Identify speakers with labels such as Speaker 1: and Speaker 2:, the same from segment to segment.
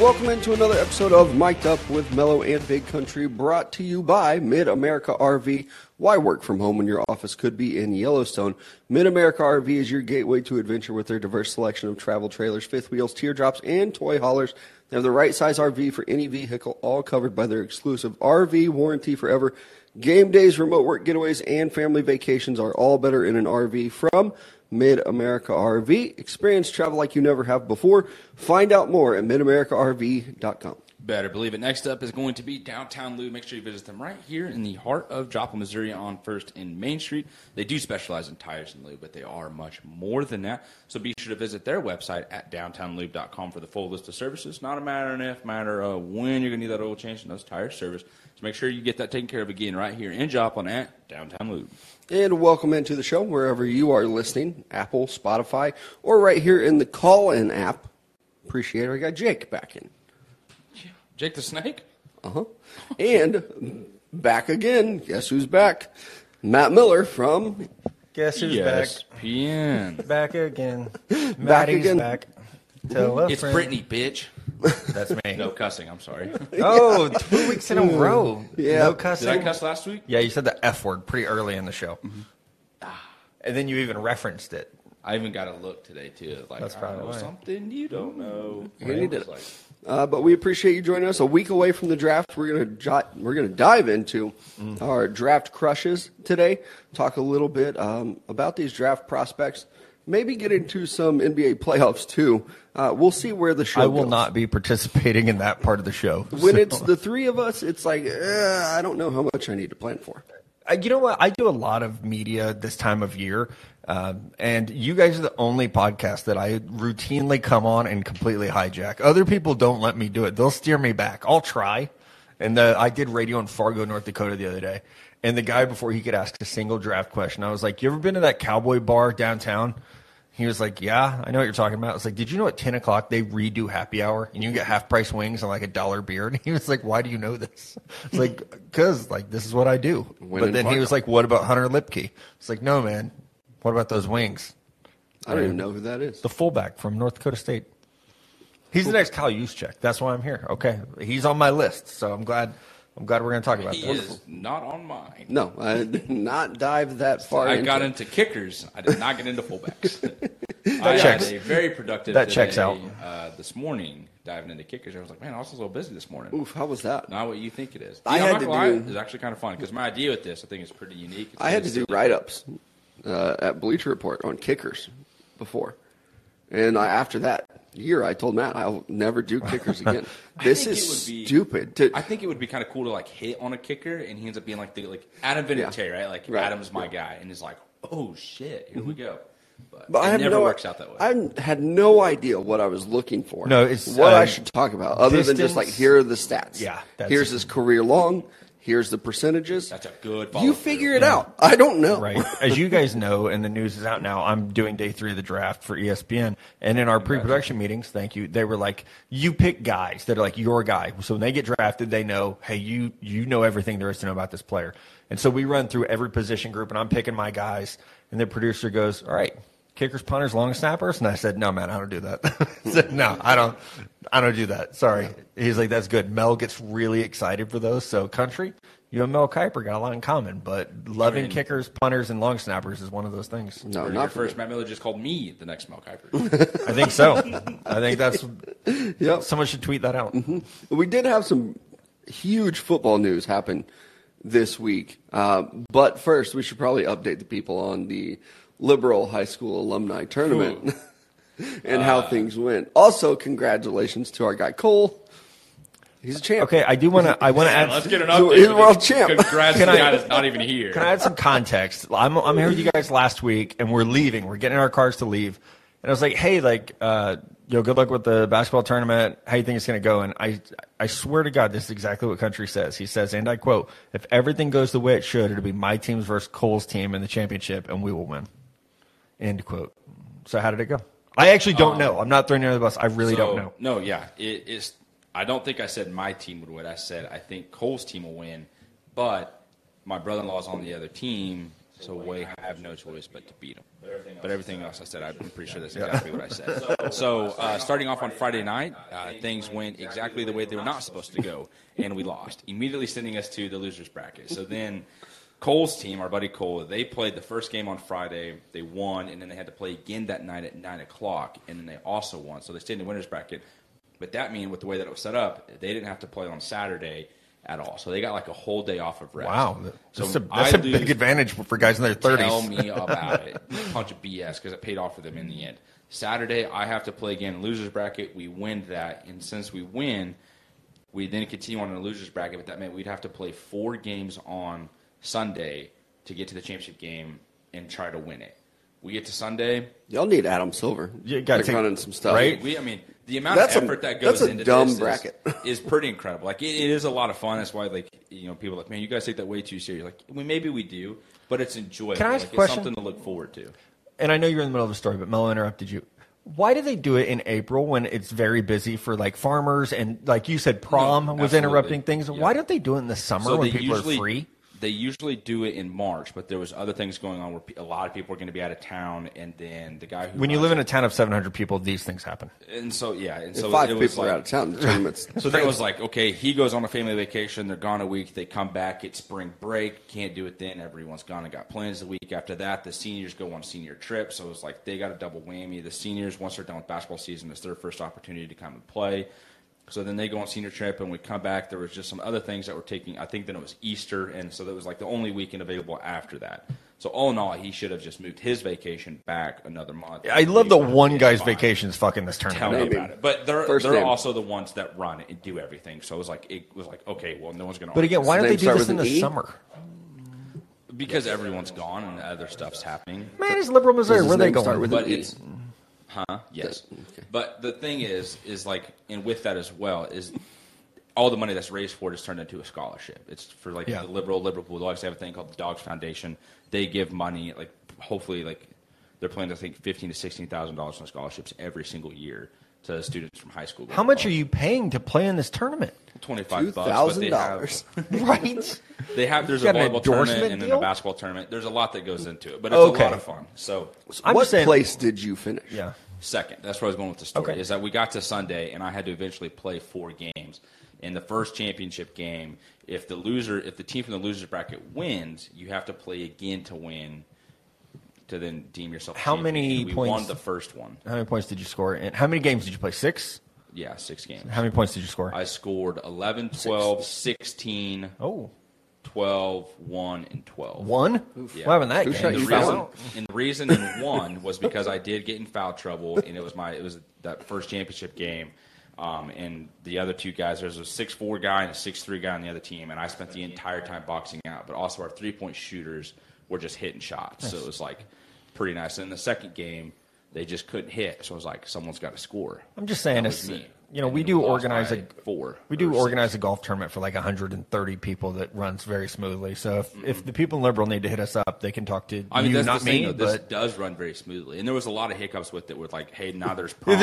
Speaker 1: Welcome into another episode of Mic'd Up with Mellow and Big Country, brought to you by Mid America RV. Why work from home when your office could be in Yellowstone? Mid America RV is your gateway to adventure with their diverse selection of travel trailers, fifth wheels, teardrops, and toy haulers. They have the right size RV for any vehicle, all covered by their exclusive RV warranty forever. Game days, remote work getaways, and family vacations are all better in an RV from Mid America RV. Experience travel like you never have before. Find out more at midamericarv.com.
Speaker 2: Better believe it. Next up is going to be Downtown Lou. Make sure you visit them right here in the heart of Joplin, Missouri on 1st and Main Street. They do specialize in tires and lube, but they are much more than that. So be sure to visit their website at downtownlube.com for the full list of services. Not a matter of if, matter of when you're going to need that oil change and those tire service. So make sure you get that taken care of again right here in Joplin at Downtown Lube.
Speaker 1: And welcome into the show wherever you are listening Apple, Spotify, or right here in the call in app. Appreciate it. I got Jake back in.
Speaker 2: Jake the Snake?
Speaker 1: Uh huh. And back again. Guess who's back? Matt Miller from
Speaker 3: Guess who's
Speaker 2: PN.
Speaker 3: back? Back again. Maddie's
Speaker 1: again.
Speaker 3: back. Tell a
Speaker 2: It's
Speaker 3: friend.
Speaker 2: Brittany, bitch.
Speaker 4: That's me.
Speaker 2: No cussing, I'm sorry. Did
Speaker 4: Oh, two weeks in a row.
Speaker 1: Yeah.
Speaker 3: No
Speaker 2: I
Speaker 3: cussing.
Speaker 2: cuss last week?
Speaker 4: Yeah, you said the F word pretty early in the show. Ah. And then you even referenced it.
Speaker 2: I even got a look today too. Like
Speaker 4: That's
Speaker 2: I
Speaker 4: probably
Speaker 2: know
Speaker 4: why.
Speaker 2: something you don't know.
Speaker 1: We
Speaker 2: It
Speaker 1: need
Speaker 2: was
Speaker 1: it.
Speaker 2: like-
Speaker 1: Uh, but we appreciate you joining us. A week away from the draft, we're gonna jot, we're gonna dive into
Speaker 4: Mm.
Speaker 1: our draft crushes today. Talk a little bit um, about these draft prospects. Maybe get into some NBA playoffs too. Uh, we'll see where the show.
Speaker 4: I will
Speaker 1: goes.
Speaker 4: not be participating in that part of the show.
Speaker 1: When it's the three of us, it's like uh, I don't know how much I need to plan for.
Speaker 4: Uh, you know what? I do a lot of media this time of year, um, and you guys are the only podcast that I routinely come on and completely hijack. Other people don't let me do it; they'll steer me back. I'll try. And the, I did radio in Fargo, North Dakota, the other day, and the guy before he could ask a single draft question, I was like, "You ever been to that cowboy bar downtown?" He was like, "Yeah, I know what you're talking about." I was like, "Did you know at ten o'clock they redo happy hour and you can get half price wings and like a dollar beer?" And he was like, "Why do you know this?" I was like, "Cause like this is what I do."
Speaker 1: Women
Speaker 4: but then
Speaker 1: fuck
Speaker 4: he was like, "What about Hunter Lipke?" It's like, "No, man. What about those wings?"
Speaker 1: I don't even know who that is.
Speaker 4: Mm. The fullback from North Dakota State. He's the next Kyle Juszczyk. That's why I'm here. Okay, he's on my list, so I'm glad. I'm glad we're going to talk about
Speaker 2: He
Speaker 4: that.
Speaker 2: is not on mine.
Speaker 1: No, I did not dive that far.
Speaker 2: I
Speaker 1: into
Speaker 2: got
Speaker 1: it.
Speaker 2: into kickers. I did not get into fullbacks. I
Speaker 4: checks.
Speaker 2: had a very productive
Speaker 4: That checks
Speaker 2: day,
Speaker 4: out.
Speaker 2: uh, this morning diving into kickers. I was like, man, I was a little busy this morning.
Speaker 1: Oof, how was that?
Speaker 2: Not what you think it is.
Speaker 1: I
Speaker 2: You know,
Speaker 1: had
Speaker 2: I'm
Speaker 1: to
Speaker 2: not gonna lie,
Speaker 1: do-
Speaker 2: It's actually kind of fun because my idea with this, I think, is pretty unique. It's
Speaker 1: I had to
Speaker 2: just
Speaker 1: do
Speaker 2: silly.
Speaker 1: write ups uh, at Bleacher Report on kickers before, and I, after that year, I told Matt I'll never do kickers again.
Speaker 2: I
Speaker 1: this
Speaker 2: think
Speaker 1: is
Speaker 2: it would be-
Speaker 1: stupid. To,
Speaker 2: I think it would be kind of cool to like hit on a kicker, and he ends up being like the like Adam Vinatieri, right? Like
Speaker 1: Right. Mm-hmm.
Speaker 2: Adam's my guy, and he's like, oh shit, here we go. But,
Speaker 1: but
Speaker 2: it
Speaker 1: I have
Speaker 2: never
Speaker 1: no,
Speaker 2: works out that way.
Speaker 1: I had no idea what I was looking for.
Speaker 4: No, it's,
Speaker 1: what
Speaker 4: uh,
Speaker 1: I should talk about, other than just
Speaker 4: distance.
Speaker 1: like here are the stats.
Speaker 4: Yeah, that's-
Speaker 1: here's his career long. Here's the percentages.
Speaker 2: That's a good
Speaker 1: You
Speaker 2: follow-through.
Speaker 1: figure it out. I don't know.
Speaker 4: Right. As you guys know, and the news is out now, I'm doing day three of the draft for E ESPN. And in our pre production meetings, thank you, they were like, you pick guys that are like your guy. So when they get drafted, they know, hey, you you know everything there is to know about this player. And so we run through every position group and I'm picking my guys. And the producer goes, All right, kickers, punters, long snappers. And I said, No, man, I don't do that. I said, No, I don't I don't do that. Sorry. He's like, That's good. Mel gets really excited for those. So country. You and Mel Kiper got a lot in common, but loving
Speaker 2: mean-
Speaker 4: kickers, punters, and long snappers is one of those things.
Speaker 1: No,
Speaker 2: Or your
Speaker 1: not for
Speaker 2: first. Matt Miller just called me the next Mel Kiper.
Speaker 4: I think so. I think that's
Speaker 1: Yep. Mm-hmm.
Speaker 4: someone should tweet that out.
Speaker 1: We did have some huge football news happen this week. Uh, but first, we should probably update the people on the Liberal High School Alumni Tournament and
Speaker 4: Uh.
Speaker 1: how things went. Also, congratulations to our guy Cole. He's a champ.
Speaker 4: Okay, I do want to. I want to add.
Speaker 2: Let's get an
Speaker 1: So
Speaker 2: update.
Speaker 1: he's world champ.
Speaker 2: Congrats,
Speaker 4: Can
Speaker 2: the
Speaker 4: I-
Speaker 2: guy that's not even here.
Speaker 4: Can I add some context? I'm, I'm here with you guys last week, and we're leaving. We're getting in our cars to leave, and I was like, "Hey, like, uh, yo, good luck with the basketball tournament. How you think it's going to go?" And I, I swear to God, this is exactly what Country says. He says, and I quote: "If everything goes the way it should, it'll be my team's versus Cole's team in the championship, and we will win." End quote. So how did it go? I actually don't know. I'm not throwing you under the bus. I really
Speaker 2: Um, So-
Speaker 4: don't know.
Speaker 2: No, yeah, it is. I don't think I said my team would win. I said I think Cole's team will win, but my brother-in-law's on the other team, So we have no choice but to beat them. But everything else I said, I'm pretty sure that's exactly what I said. So uh, starting off on Friday night, uh, things went exactly the way they were not supposed to go, and we lost, immediately sending us to the losers bracket. So then. Cole's team, our buddy Cole, they played the first game on Friday. They won, and then they had to play again that night at nine o'clock, and then they also won. So they stayed in the winners bracket. But that mean with the way that it was set up, they didn't have to play on Saturday at all. So they got like a whole day off of rest.
Speaker 4: Wow,
Speaker 2: So
Speaker 4: that's a,
Speaker 2: I
Speaker 4: that's a
Speaker 2: lose-
Speaker 4: big advantage for- for guys in their
Speaker 2: Tell
Speaker 4: thirties.
Speaker 2: me about it. A bunch of BS because it paid off for them in the end. Saturday, I have to play again in losers bracket. We win that, and since we win, we then continue on in the losers bracket. But that meant we'd have to play four games on Sunday to get to the championship game and try to win it. We get to Sunday.
Speaker 1: Y'all need Adam Silver.
Speaker 4: You gotta
Speaker 1: They're
Speaker 4: take-
Speaker 1: running some stuff.
Speaker 4: right?
Speaker 2: We, I mean, the amount
Speaker 1: That's a-
Speaker 2: of effort that
Speaker 1: that's
Speaker 2: goes
Speaker 1: a
Speaker 2: into
Speaker 1: dumb
Speaker 2: this is-
Speaker 1: bracket.
Speaker 2: Is, pretty incredible. Like, it, it is a lot of fun. That's why, like, you know, people are like, man, you guys take that way too serious. Like, we maybe we do, but it's enjoyable.
Speaker 4: Can I
Speaker 2: like,
Speaker 4: ask a
Speaker 2: it's
Speaker 4: question?
Speaker 2: something to look forward to.
Speaker 4: And I know you're in the middle of a story, but Mel interrupted you. Why do they do it in April when it's very busy for like farmers and like you said, prom
Speaker 2: No,
Speaker 4: was
Speaker 2: absolutely.
Speaker 4: interrupting things?
Speaker 2: Yeah.
Speaker 4: Why don't they do it in the summer when people are free?
Speaker 2: They usually do it in March, but there was other things going on where pe- a lot of people are going to be out of town, and then the guy who
Speaker 4: When you
Speaker 2: runs
Speaker 4: live in a town of 700 people, these things happen.
Speaker 2: it- and so yeah, and
Speaker 1: If
Speaker 2: so
Speaker 1: five
Speaker 2: it
Speaker 1: people
Speaker 2: was
Speaker 1: are
Speaker 2: like-
Speaker 1: out of town. The tournament's
Speaker 2: So then it was like, okay, he goes on a family vacation. They're gone a week. They come back. It's spring break. Can't do it then. Everyone's gone and got plans the week after that. The seniors go on senior trip. So it's like they got a double whammy. The seniors, once they're done with basketball season, it's their first opportunity to come and play. So then they go on senior trip, and we come back. There was just some other things that were taking. I think then it was Easter, and so that was like the only weekend available after that. So all in all, he should have just moved his vacation back another month.
Speaker 4: I love the one guy's
Speaker 2: Fine.
Speaker 4: vacations fucking this
Speaker 2: Tell
Speaker 4: tournament.
Speaker 2: me
Speaker 1: Maybe.
Speaker 2: about it. But they're
Speaker 1: First
Speaker 2: they're
Speaker 1: name.
Speaker 2: also the ones that run it and do everything. So it was like it was like okay, well, no one's gonna.
Speaker 4: But
Speaker 2: argue
Speaker 4: again, why don't
Speaker 1: Does
Speaker 4: they
Speaker 1: the name
Speaker 4: do this
Speaker 1: start
Speaker 4: in the
Speaker 1: with an E?
Speaker 4: summer?
Speaker 2: this. because everyone's gone and other stuff's happening.
Speaker 4: Man, it's liberal Missouri.
Speaker 1: his
Speaker 4: Where they
Speaker 1: name start
Speaker 4: going?
Speaker 1: with
Speaker 2: But
Speaker 1: an E?
Speaker 2: it's huh? Yes. But the thing is, is like, and with that as well is. All the money that's raised for it is turned into a scholarship. It's for like
Speaker 4: Yeah.
Speaker 2: the liberal Liverpool Dogs. They have a thing called the Dogs Foundation. They give money, like hopefully, like they're planning to think fifteen to sixteen thousand dollars in scholarships every single year to students from high
Speaker 1: E?
Speaker 2: school.
Speaker 4: How much are you paying to play in this tournament?
Speaker 2: Twenty five bucks. but they have-
Speaker 1: $2,000.
Speaker 4: right?
Speaker 2: They have there's
Speaker 4: You
Speaker 2: a
Speaker 4: got an
Speaker 2: volleyball tournament
Speaker 4: endorsement
Speaker 2: and then
Speaker 4: deal?
Speaker 2: a basketball tournament. There's a lot that goes into it, but it's
Speaker 4: Okay.
Speaker 2: a lot of fun. So
Speaker 4: I'm
Speaker 1: what
Speaker 4: just saying-
Speaker 1: place did you finish?
Speaker 4: Yeah.
Speaker 2: second, that's where I was going with the story
Speaker 4: Okay.
Speaker 2: is that we got to Sunday and I had to eventually play four games. In the first championship game, if the loser, if the team from the losers bracket wins, you have to play again to win. To then deem yourself.
Speaker 4: How
Speaker 2: champion.
Speaker 4: many
Speaker 2: And we
Speaker 4: points-
Speaker 2: won the first one.
Speaker 4: How many points did you score? And how many games did you play? Six.
Speaker 2: Yeah, six games.
Speaker 4: How many points did you score?
Speaker 2: I scored 11, 12, 16,
Speaker 4: oh,
Speaker 2: 12, 1, and 12.
Speaker 4: one.
Speaker 2: Yeah.
Speaker 4: What happened to that
Speaker 1: Who
Speaker 4: game?
Speaker 1: shot
Speaker 2: And
Speaker 1: you
Speaker 2: the,
Speaker 1: foul
Speaker 2: reason,
Speaker 1: out?
Speaker 2: and the reason in one was because I did get in foul trouble, and it was my it was that first championship game. Um, and the other two guys, there's a six four guy and a six three guy on the other team, and I spent the entire time boxing out. But also our three point shooters were just hitting shots, so it was like pretty nice. And the second game, they just couldn't hit, so I was like, someone's got to score.
Speaker 4: I'm just saying,
Speaker 2: That was
Speaker 4: it's,
Speaker 2: me.
Speaker 4: you know,
Speaker 2: And
Speaker 4: we
Speaker 2: then
Speaker 4: do
Speaker 2: lost
Speaker 4: organize
Speaker 2: by
Speaker 4: a
Speaker 2: four.
Speaker 4: We do
Speaker 2: or
Speaker 4: organize a golf tournament for like 130 people that runs very smoothly. So if, if the people in Liberal need to hit us up, they can talk to
Speaker 2: I mean,
Speaker 4: you,
Speaker 2: that's
Speaker 4: not
Speaker 2: the thing, though.
Speaker 4: me.
Speaker 2: This
Speaker 4: but
Speaker 2: does run very smoothly, and there was a lot of hiccups with it. With like, hey, now there's prom.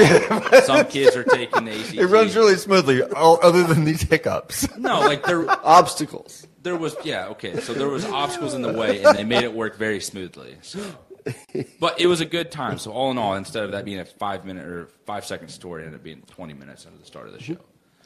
Speaker 2: some kids are taking the ACT.
Speaker 4: it runs really smoothly, all, other than these hiccups.
Speaker 2: no, like there,
Speaker 1: Obstacles.
Speaker 2: there was yeah, okay. So there was obstacles in the way, and they made it work very smoothly. So, but it was a good time. So all in all, instead of that being a five minute or five second story, it ended up being 20 minutes under the start of the show.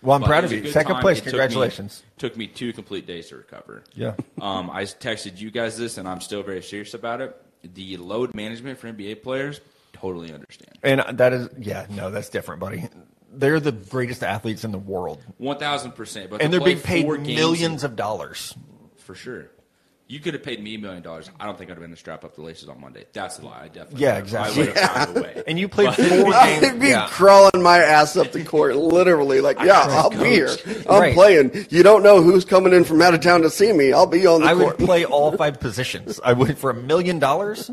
Speaker 4: Well, I'm
Speaker 2: But
Speaker 4: proud
Speaker 2: it
Speaker 4: of
Speaker 2: was a
Speaker 4: you.
Speaker 2: good
Speaker 4: Second
Speaker 2: time.
Speaker 4: place.
Speaker 2: It took me-
Speaker 4: Congratulations.
Speaker 2: Took me, two complete days to recover.
Speaker 4: Yeah.
Speaker 2: Um, I texted you guys this, and I'm still very serious about it. The load management for NBA players, totally understand.
Speaker 4: And that is, yeah, no, that's different, buddy. They're the greatest athletes in the world,
Speaker 2: One thousand percent. But to
Speaker 4: and they're
Speaker 2: play
Speaker 4: being paid
Speaker 2: four games
Speaker 4: millions of dollars.
Speaker 2: for sure. You could have paid me a million dollars. I don't think I'd have been to strap up the laces on Monday. That's a lie. I definitely.
Speaker 4: Yeah,
Speaker 2: would have.
Speaker 4: exactly.
Speaker 2: I would have found a way.
Speaker 4: And you played four
Speaker 1: I'd
Speaker 4: games.
Speaker 1: be
Speaker 4: Yeah.
Speaker 1: crawling my ass up the court, literally, like, yeah, I'll be here. I'm
Speaker 4: Right.
Speaker 1: playing. You don't know who's coming in from out of town to see me. I'll be on the
Speaker 4: I would
Speaker 1: court.
Speaker 4: play all five positions. I would for a million dollars.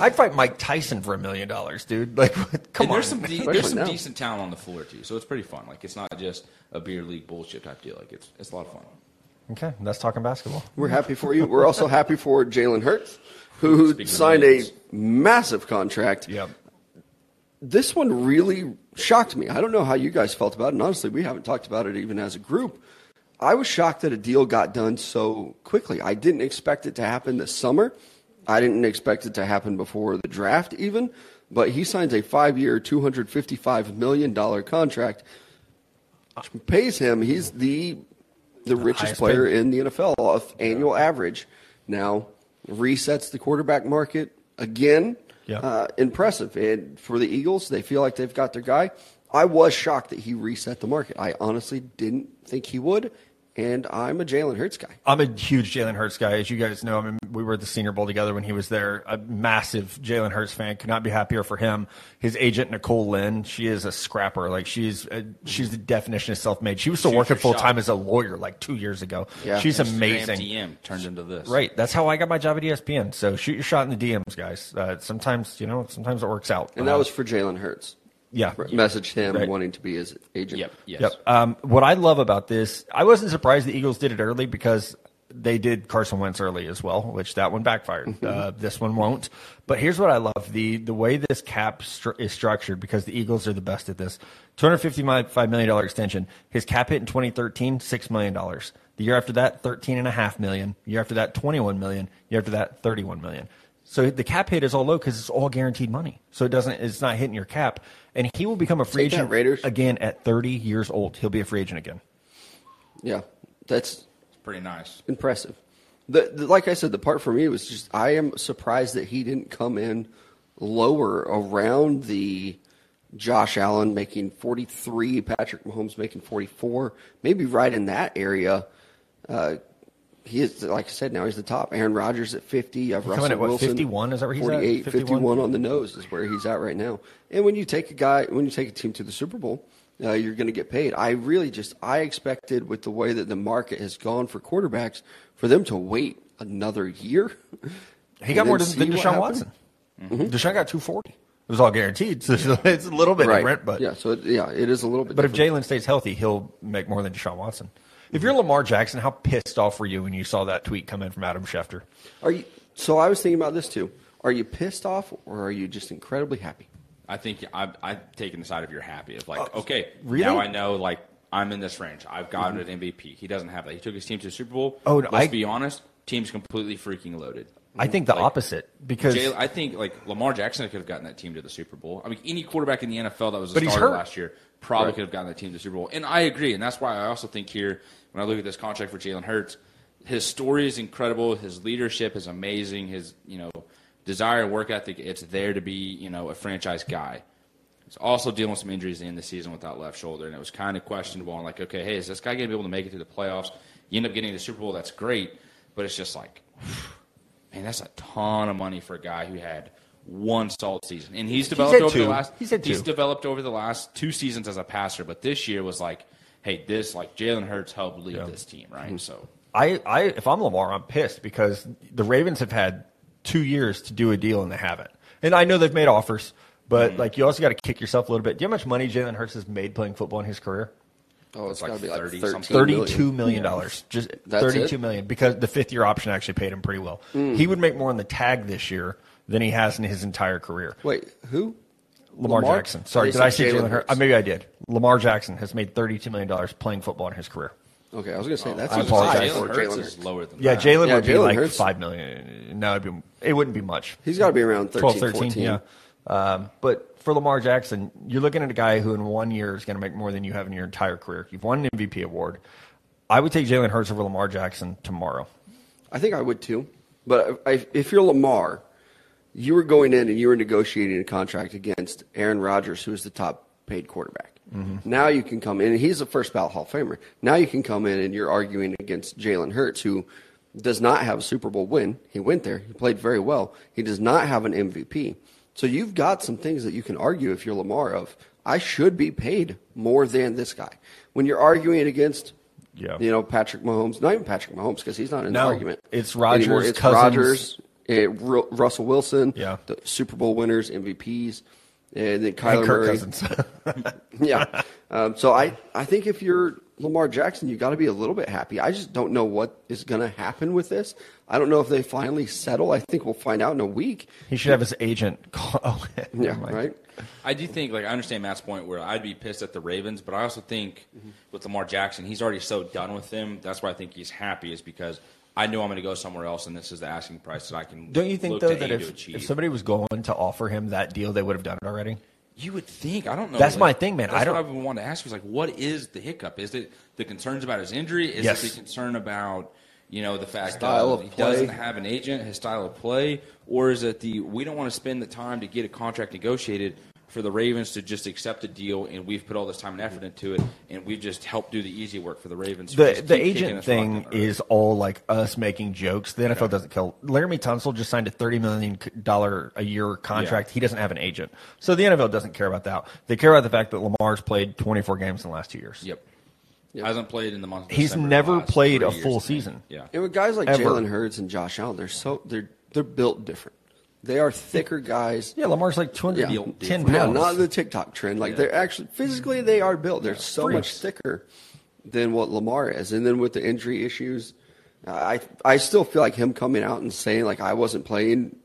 Speaker 4: I'd fight Mike Tyson for a million dollars, dude. Like, what- come
Speaker 2: And
Speaker 4: on.
Speaker 2: there's some de-
Speaker 1: Especially
Speaker 2: there's some
Speaker 1: now.
Speaker 2: decent talent on the floor too, so it's pretty fun. Like it's not just a beer league bullshit type deal. Like it's it's a lot of fun.
Speaker 4: okay, that's talking basketball.
Speaker 1: We're happy for you. We're also happy for Jalen Hurts, who
Speaker 2: Speaking of
Speaker 1: signed a
Speaker 2: names.
Speaker 1: massive contract. This one really shocked me. I don't know how you guys felt about it. And honestly, we haven't talked about it even as a group. I was shocked that a deal got done so quickly. I didn't expect it to happen this summer. I didn't expect it to happen before the draft, even, but he signs a five year, $255 million contract, which pays him. He's the the richest
Speaker 4: highest
Speaker 1: player in the NFL off annual average. Now resets the quarterback market again.
Speaker 4: Yeah.
Speaker 1: Uh, impressive. And for the Eagles, they feel like they've got their guy. I was shocked that he reset the market. I honestly didn't think he would, and I'm a Jalen Hurts guy.
Speaker 4: I'm a huge Jalen Hurts guy, as you guys know. I mean, we were at the Senior Bowl together when he was there. A massive Jalen Hurts fan. Could not be happier for him. His agent Nicole Lynn, she is a scrapper. Like she's uh she's the definition of self-made. She was still
Speaker 2: Shoot
Speaker 4: working
Speaker 2: your
Speaker 4: full time
Speaker 2: shot.
Speaker 4: as a lawyer like two years ago.
Speaker 1: Yeah.
Speaker 4: she's
Speaker 2: Instagram
Speaker 4: amazing.
Speaker 2: DM turned into this.
Speaker 4: Right, that's how I got my job at E ESPN. So shoot your shot in the DMs, guys. Uh, sometimes you know, sometimes it works out. Uh,
Speaker 1: And that was for Jalen Hurts.
Speaker 4: Uh-huh. yeah.
Speaker 1: Right. Messaged him
Speaker 4: Right.
Speaker 1: wanting to be his agent.
Speaker 2: Yep. Yes.
Speaker 4: Yep. Um, what I love about this, I wasn't surprised the Eagles did it early because they did Carson Wentz early as well, which that one backfired. uh, this one won't. But here's what I love the the way this cap stru- is structured because the Eagles are the best at this. Two hundred fifty five million dollar extension. His cap hit in 2013, six million dollars. The year after that, thirteen and a half million. The year after that, twenty one million. The year after that, thirty one million. So the cap hit is all low because it's all guaranteed money. So it doesn't, it's not hitting your cap, and he will become a free
Speaker 1: Take that,
Speaker 4: agent
Speaker 1: Raiders.
Speaker 4: again at 30 years old. He'll be a free agent again.
Speaker 1: Yeah. That's
Speaker 2: It's pretty nice.
Speaker 1: impressive. The, the like I said, the part for me was just I am surprised that he didn't come in lower around the Josh Allen making 43, Patrick Mahomes making 44, maybe right in that area. Uh, he is like I said, now he's the top. Aaron Rodgers at 50. You have
Speaker 4: He's coming
Speaker 1: Russell
Speaker 4: at, what,
Speaker 1: Wilson
Speaker 4: 51? Is that where he's at?
Speaker 1: 48,
Speaker 4: 51?
Speaker 1: 51 on the nose is where he's at right now. And when you take a guy, when you take a team to the Super Bowl, uh, you're going to get paid. I really just, I expected with the way that the market has gone for quarterbacks, for them to wait another year.
Speaker 4: He
Speaker 1: and
Speaker 4: got
Speaker 1: then
Speaker 4: more than,
Speaker 1: see
Speaker 4: than
Speaker 1: what Mm-hmm.
Speaker 4: Deshaun
Speaker 1: happened.
Speaker 4: Watson. Deshaun got 240. It was all guaranteed. So it's a little bit
Speaker 1: Right.
Speaker 4: different, but
Speaker 1: yeah, so it, yeah, it is a little bit.
Speaker 4: but if
Speaker 1: different.
Speaker 4: Jalen stays healthy, he'll make more than Deshaun Watson. If you're Lamar Jackson, how pissed off were you when you saw that tweet come in from Adam Schefter?
Speaker 1: are you? So I was thinking about this too. Are you pissed off or are you just incredibly happy?
Speaker 2: I think I've, I've taken the side of you're happy of like, okay,
Speaker 4: Uh, really?
Speaker 2: now I know like I'm in this range. I've got an MVP. He doesn't have that. He took his team to the Super Bowl.
Speaker 4: Oh, no,
Speaker 2: let's
Speaker 4: I-
Speaker 2: be honest, team's completely freaking loaded.
Speaker 4: I
Speaker 1: Mm-hmm.
Speaker 4: think the
Speaker 2: Like,
Speaker 4: opposite because
Speaker 2: Jay, I think like Lamar Jackson could have gotten that team to the Super Bowl. I mean, any quarterback in the NFL that was a
Speaker 4: But he's
Speaker 2: starter
Speaker 4: hurt.
Speaker 2: last year probably
Speaker 1: Right.
Speaker 2: could have gotten that team to the Super Bowl. And I agree, and that's why I also think here when I look at this contract for Jalen Hurts, his story is incredible. His leadership is amazing. His you know desire and work ethic, it's there to be you know a franchise guy. He's also dealing with some injuries in the end of the season with that left shoulder, and it was kind of questionable. And like, okay, hey, is this guy going to be able to make it through the playoffs? You end up getting the Super Bowl, that's great, but it's just like, man, that's a ton of money for a guy who had one solid season, and he's developed
Speaker 4: had
Speaker 2: over
Speaker 4: two.
Speaker 2: the last.
Speaker 4: He's had two.
Speaker 2: developed over the last two seasons as a passer, but this year was like, hey, this like Jalen Hurts helped lead this team, right?
Speaker 4: Mm-hmm.
Speaker 2: So
Speaker 4: I, I if I'm Lamar, I'm pissed because the Ravens have had two years to do a deal and they haven't. And I know they've made offers, but
Speaker 1: Mm-hmm.
Speaker 4: like you also got to kick yourself a little bit. Do you know how much money Jalen Hurts has made playing football in his career?
Speaker 1: Oh,
Speaker 2: It's like
Speaker 1: gotta be like
Speaker 2: 30
Speaker 1: 13
Speaker 2: something.
Speaker 1: million.
Speaker 4: Thirty-two million dollars, just
Speaker 1: That's it? Mm.
Speaker 4: thirty-two million because the fifth-year option actually paid him pretty well. He would make more on the tag this year than he has in his entire career.
Speaker 1: Wait, who?
Speaker 4: Lamar, Jackson. Sorry,
Speaker 1: They
Speaker 4: did I say
Speaker 1: said
Speaker 4: Jalen Hurts? Uh, maybe I did. Lamar Jackson has made thirty-two million dollars playing football in his career.
Speaker 1: Okay, I was going to say that's
Speaker 4: I
Speaker 1: a
Speaker 4: apologize.
Speaker 1: high
Speaker 2: Jalen
Speaker 1: for
Speaker 2: Hurts
Speaker 1: Jalen Hurts.
Speaker 2: is lower than
Speaker 4: Yeah,
Speaker 2: that.
Speaker 4: Jalen
Speaker 1: Yeah,
Speaker 4: would be
Speaker 1: Jalen
Speaker 4: like
Speaker 1: Hurts.
Speaker 4: five million. No, it'd be, it wouldn't be much.
Speaker 1: He's got to be around 13,
Speaker 4: 12, 13,
Speaker 1: 14.
Speaker 4: yeah. Um, but for Lamar Jackson, you're looking at a guy who in one year is going to make more than you have in your entire career. You've won an MVP award. I would take Jalen Hurts over Lamar Jackson tomorrow.
Speaker 1: I think I would too. But I, if you're Lamar, you were going in and you were negotiating a contract against Aaron Rodgers, who is the top paid quarterback. Now you can come in, and he's a first ballot Hall of Famer. Now you can come in and you're arguing against Jalen Hurts, who does not have a Super Bowl win. He went there, he played very well. He does not have an MVP. So you've got some things that you can argue if you're Lamar of, I should be paid more than this guy. When you're arguing against,
Speaker 4: Yeah.
Speaker 1: you know, Patrick Mahomes, not even Patrick Mahomes, because he's not in
Speaker 4: No,
Speaker 1: the argument.
Speaker 4: it's
Speaker 1: Rodgers,
Speaker 4: Rodgers,
Speaker 1: It's
Speaker 4: Cousins.
Speaker 1: Rodgers, eh, Ru- Russell Wilson,
Speaker 4: Yeah.
Speaker 1: the Super Bowl winners, MVPs, eh, and then Kyler
Speaker 4: And Kirk
Speaker 1: Murray.
Speaker 4: Cousins.
Speaker 1: yeah. Um, so I, I think if you're Lamar Jackson, you got to be a little bit happy. I just don't know what is going to happen with this. I don't know if they finally settle. I think we'll find out in a week.
Speaker 4: he should have his agent call. Oh,
Speaker 1: Yeah,
Speaker 4: never mind.
Speaker 1: right.
Speaker 2: I do think, like, I understand Matt's point where I'd be pissed at the Ravens, but I
Speaker 4: Mm-hmm.
Speaker 2: also think with Lamar Jackson, he's already so done with them. That's why I think he's happy, is because I know I'm going to go somewhere else, and this is the asking price that I can.
Speaker 4: Don't you think
Speaker 2: look
Speaker 4: though
Speaker 2: to
Speaker 4: that
Speaker 2: aim to
Speaker 4: if,
Speaker 2: achieve.
Speaker 4: if somebody was going to offer him that deal, they would have done it already?
Speaker 2: You would think. I don't know.
Speaker 4: That's my thing, man.
Speaker 2: That's
Speaker 4: I don't-
Speaker 2: what I've been wanting to ask. you Is like, what is the hiccup? Is it the concerns about his injury? Is
Speaker 4: Yes.
Speaker 2: it the concern about you know the fact
Speaker 1: Style
Speaker 2: that
Speaker 1: of
Speaker 2: he
Speaker 1: play.
Speaker 2: doesn't have an agent, his style of play, or is it the we don't want to spend the time to get a contract negotiated for the Ravens to just accept a deal, and we've put all this time and effort into it, and we've just helped do the easy work for the Ravens. who
Speaker 4: The
Speaker 2: just
Speaker 4: the
Speaker 2: keep kicking
Speaker 4: agent
Speaker 2: us rock down
Speaker 4: thing
Speaker 2: the road.
Speaker 4: is all like us making jokes. The NFL doesn't kill. Laramie Tunsil just signed a thirty million dollar a year contract.
Speaker 2: Yeah.
Speaker 4: He doesn't have an agent, so the NFL doesn't care about that. They care about the fact that Lamar's played twenty four games in the last two years.
Speaker 2: Yep. Hasn't played in the month. Of
Speaker 4: He's
Speaker 2: December the
Speaker 4: never
Speaker 2: last
Speaker 4: played
Speaker 2: three
Speaker 4: a
Speaker 2: years, I
Speaker 4: full
Speaker 2: think.
Speaker 4: season.
Speaker 2: Yeah.
Speaker 1: And with guys like
Speaker 4: Ever.
Speaker 1: Jalen Hurts and Josh Allen, they're so they're they're built different. They are thicker guys.
Speaker 4: Yeah, Lamar's like two hundred
Speaker 1: Yeah.
Speaker 4: ten
Speaker 1: Yeah,
Speaker 4: pounds.
Speaker 1: not the TikTok trend. Like they're actually physically they are built. They're so much thicker than what Lamar is. And then with the injury issues, I I still feel like him coming out and saying like I wasn't playing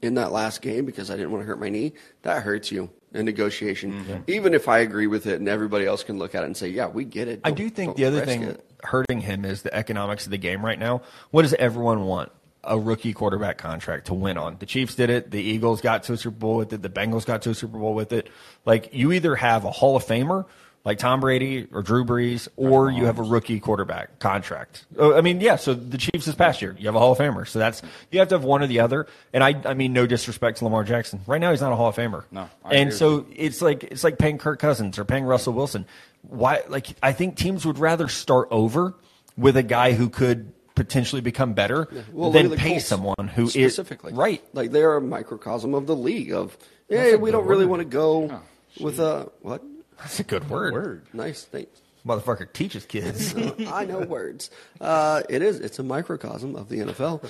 Speaker 1: in that last game because I didn't want to hurt my knee. That hurts you in negotiation.
Speaker 4: Mm-hmm.
Speaker 1: Even if I agree with it and everybody else can look at it and say, yeah, we get it.
Speaker 4: I
Speaker 1: Don't-
Speaker 4: do think
Speaker 1: don't
Speaker 4: the other
Speaker 1: risk
Speaker 4: thing
Speaker 1: it.
Speaker 4: hurting him is the economics of the game right now. What does everyone want? A rookie quarterback contract to win on. The Chiefs did it. The Eagles got to a Super Bowl with it. The Bengals got to a Super Bowl with it. Like you either have a Hall of Famer like Tom Brady or Drew Brees, or you have a rookie quarterback contract. Oh, I mean, yeah. So the Chiefs this past year, you have a Hall of Famer. So that's you have to have one or the other. And I, I mean, no disrespect to Lamar Jackson. Right now, he's not a Hall of Famer.
Speaker 2: No, I agree
Speaker 4: and
Speaker 2: with
Speaker 4: so
Speaker 2: you.
Speaker 4: it's like it's like paying Kirk Cousins or paying Russell Wilson. Why? Like I think teams would rather start over with a guy who could potentially become better
Speaker 1: Well, look at
Speaker 4: than
Speaker 1: the
Speaker 4: pay
Speaker 1: Colts
Speaker 4: someone who is
Speaker 1: specifically
Speaker 4: right.
Speaker 1: Like they are a microcosm of the league. Of
Speaker 4: That's
Speaker 1: hey,
Speaker 4: a
Speaker 1: we
Speaker 4: good
Speaker 1: don't really
Speaker 4: word.
Speaker 1: want to go with a what?
Speaker 4: That's a good word.
Speaker 1: Nice thanks.
Speaker 4: Motherfucker teaches kids.
Speaker 1: I know words. Uh, it is. It's a microcosm of the NFL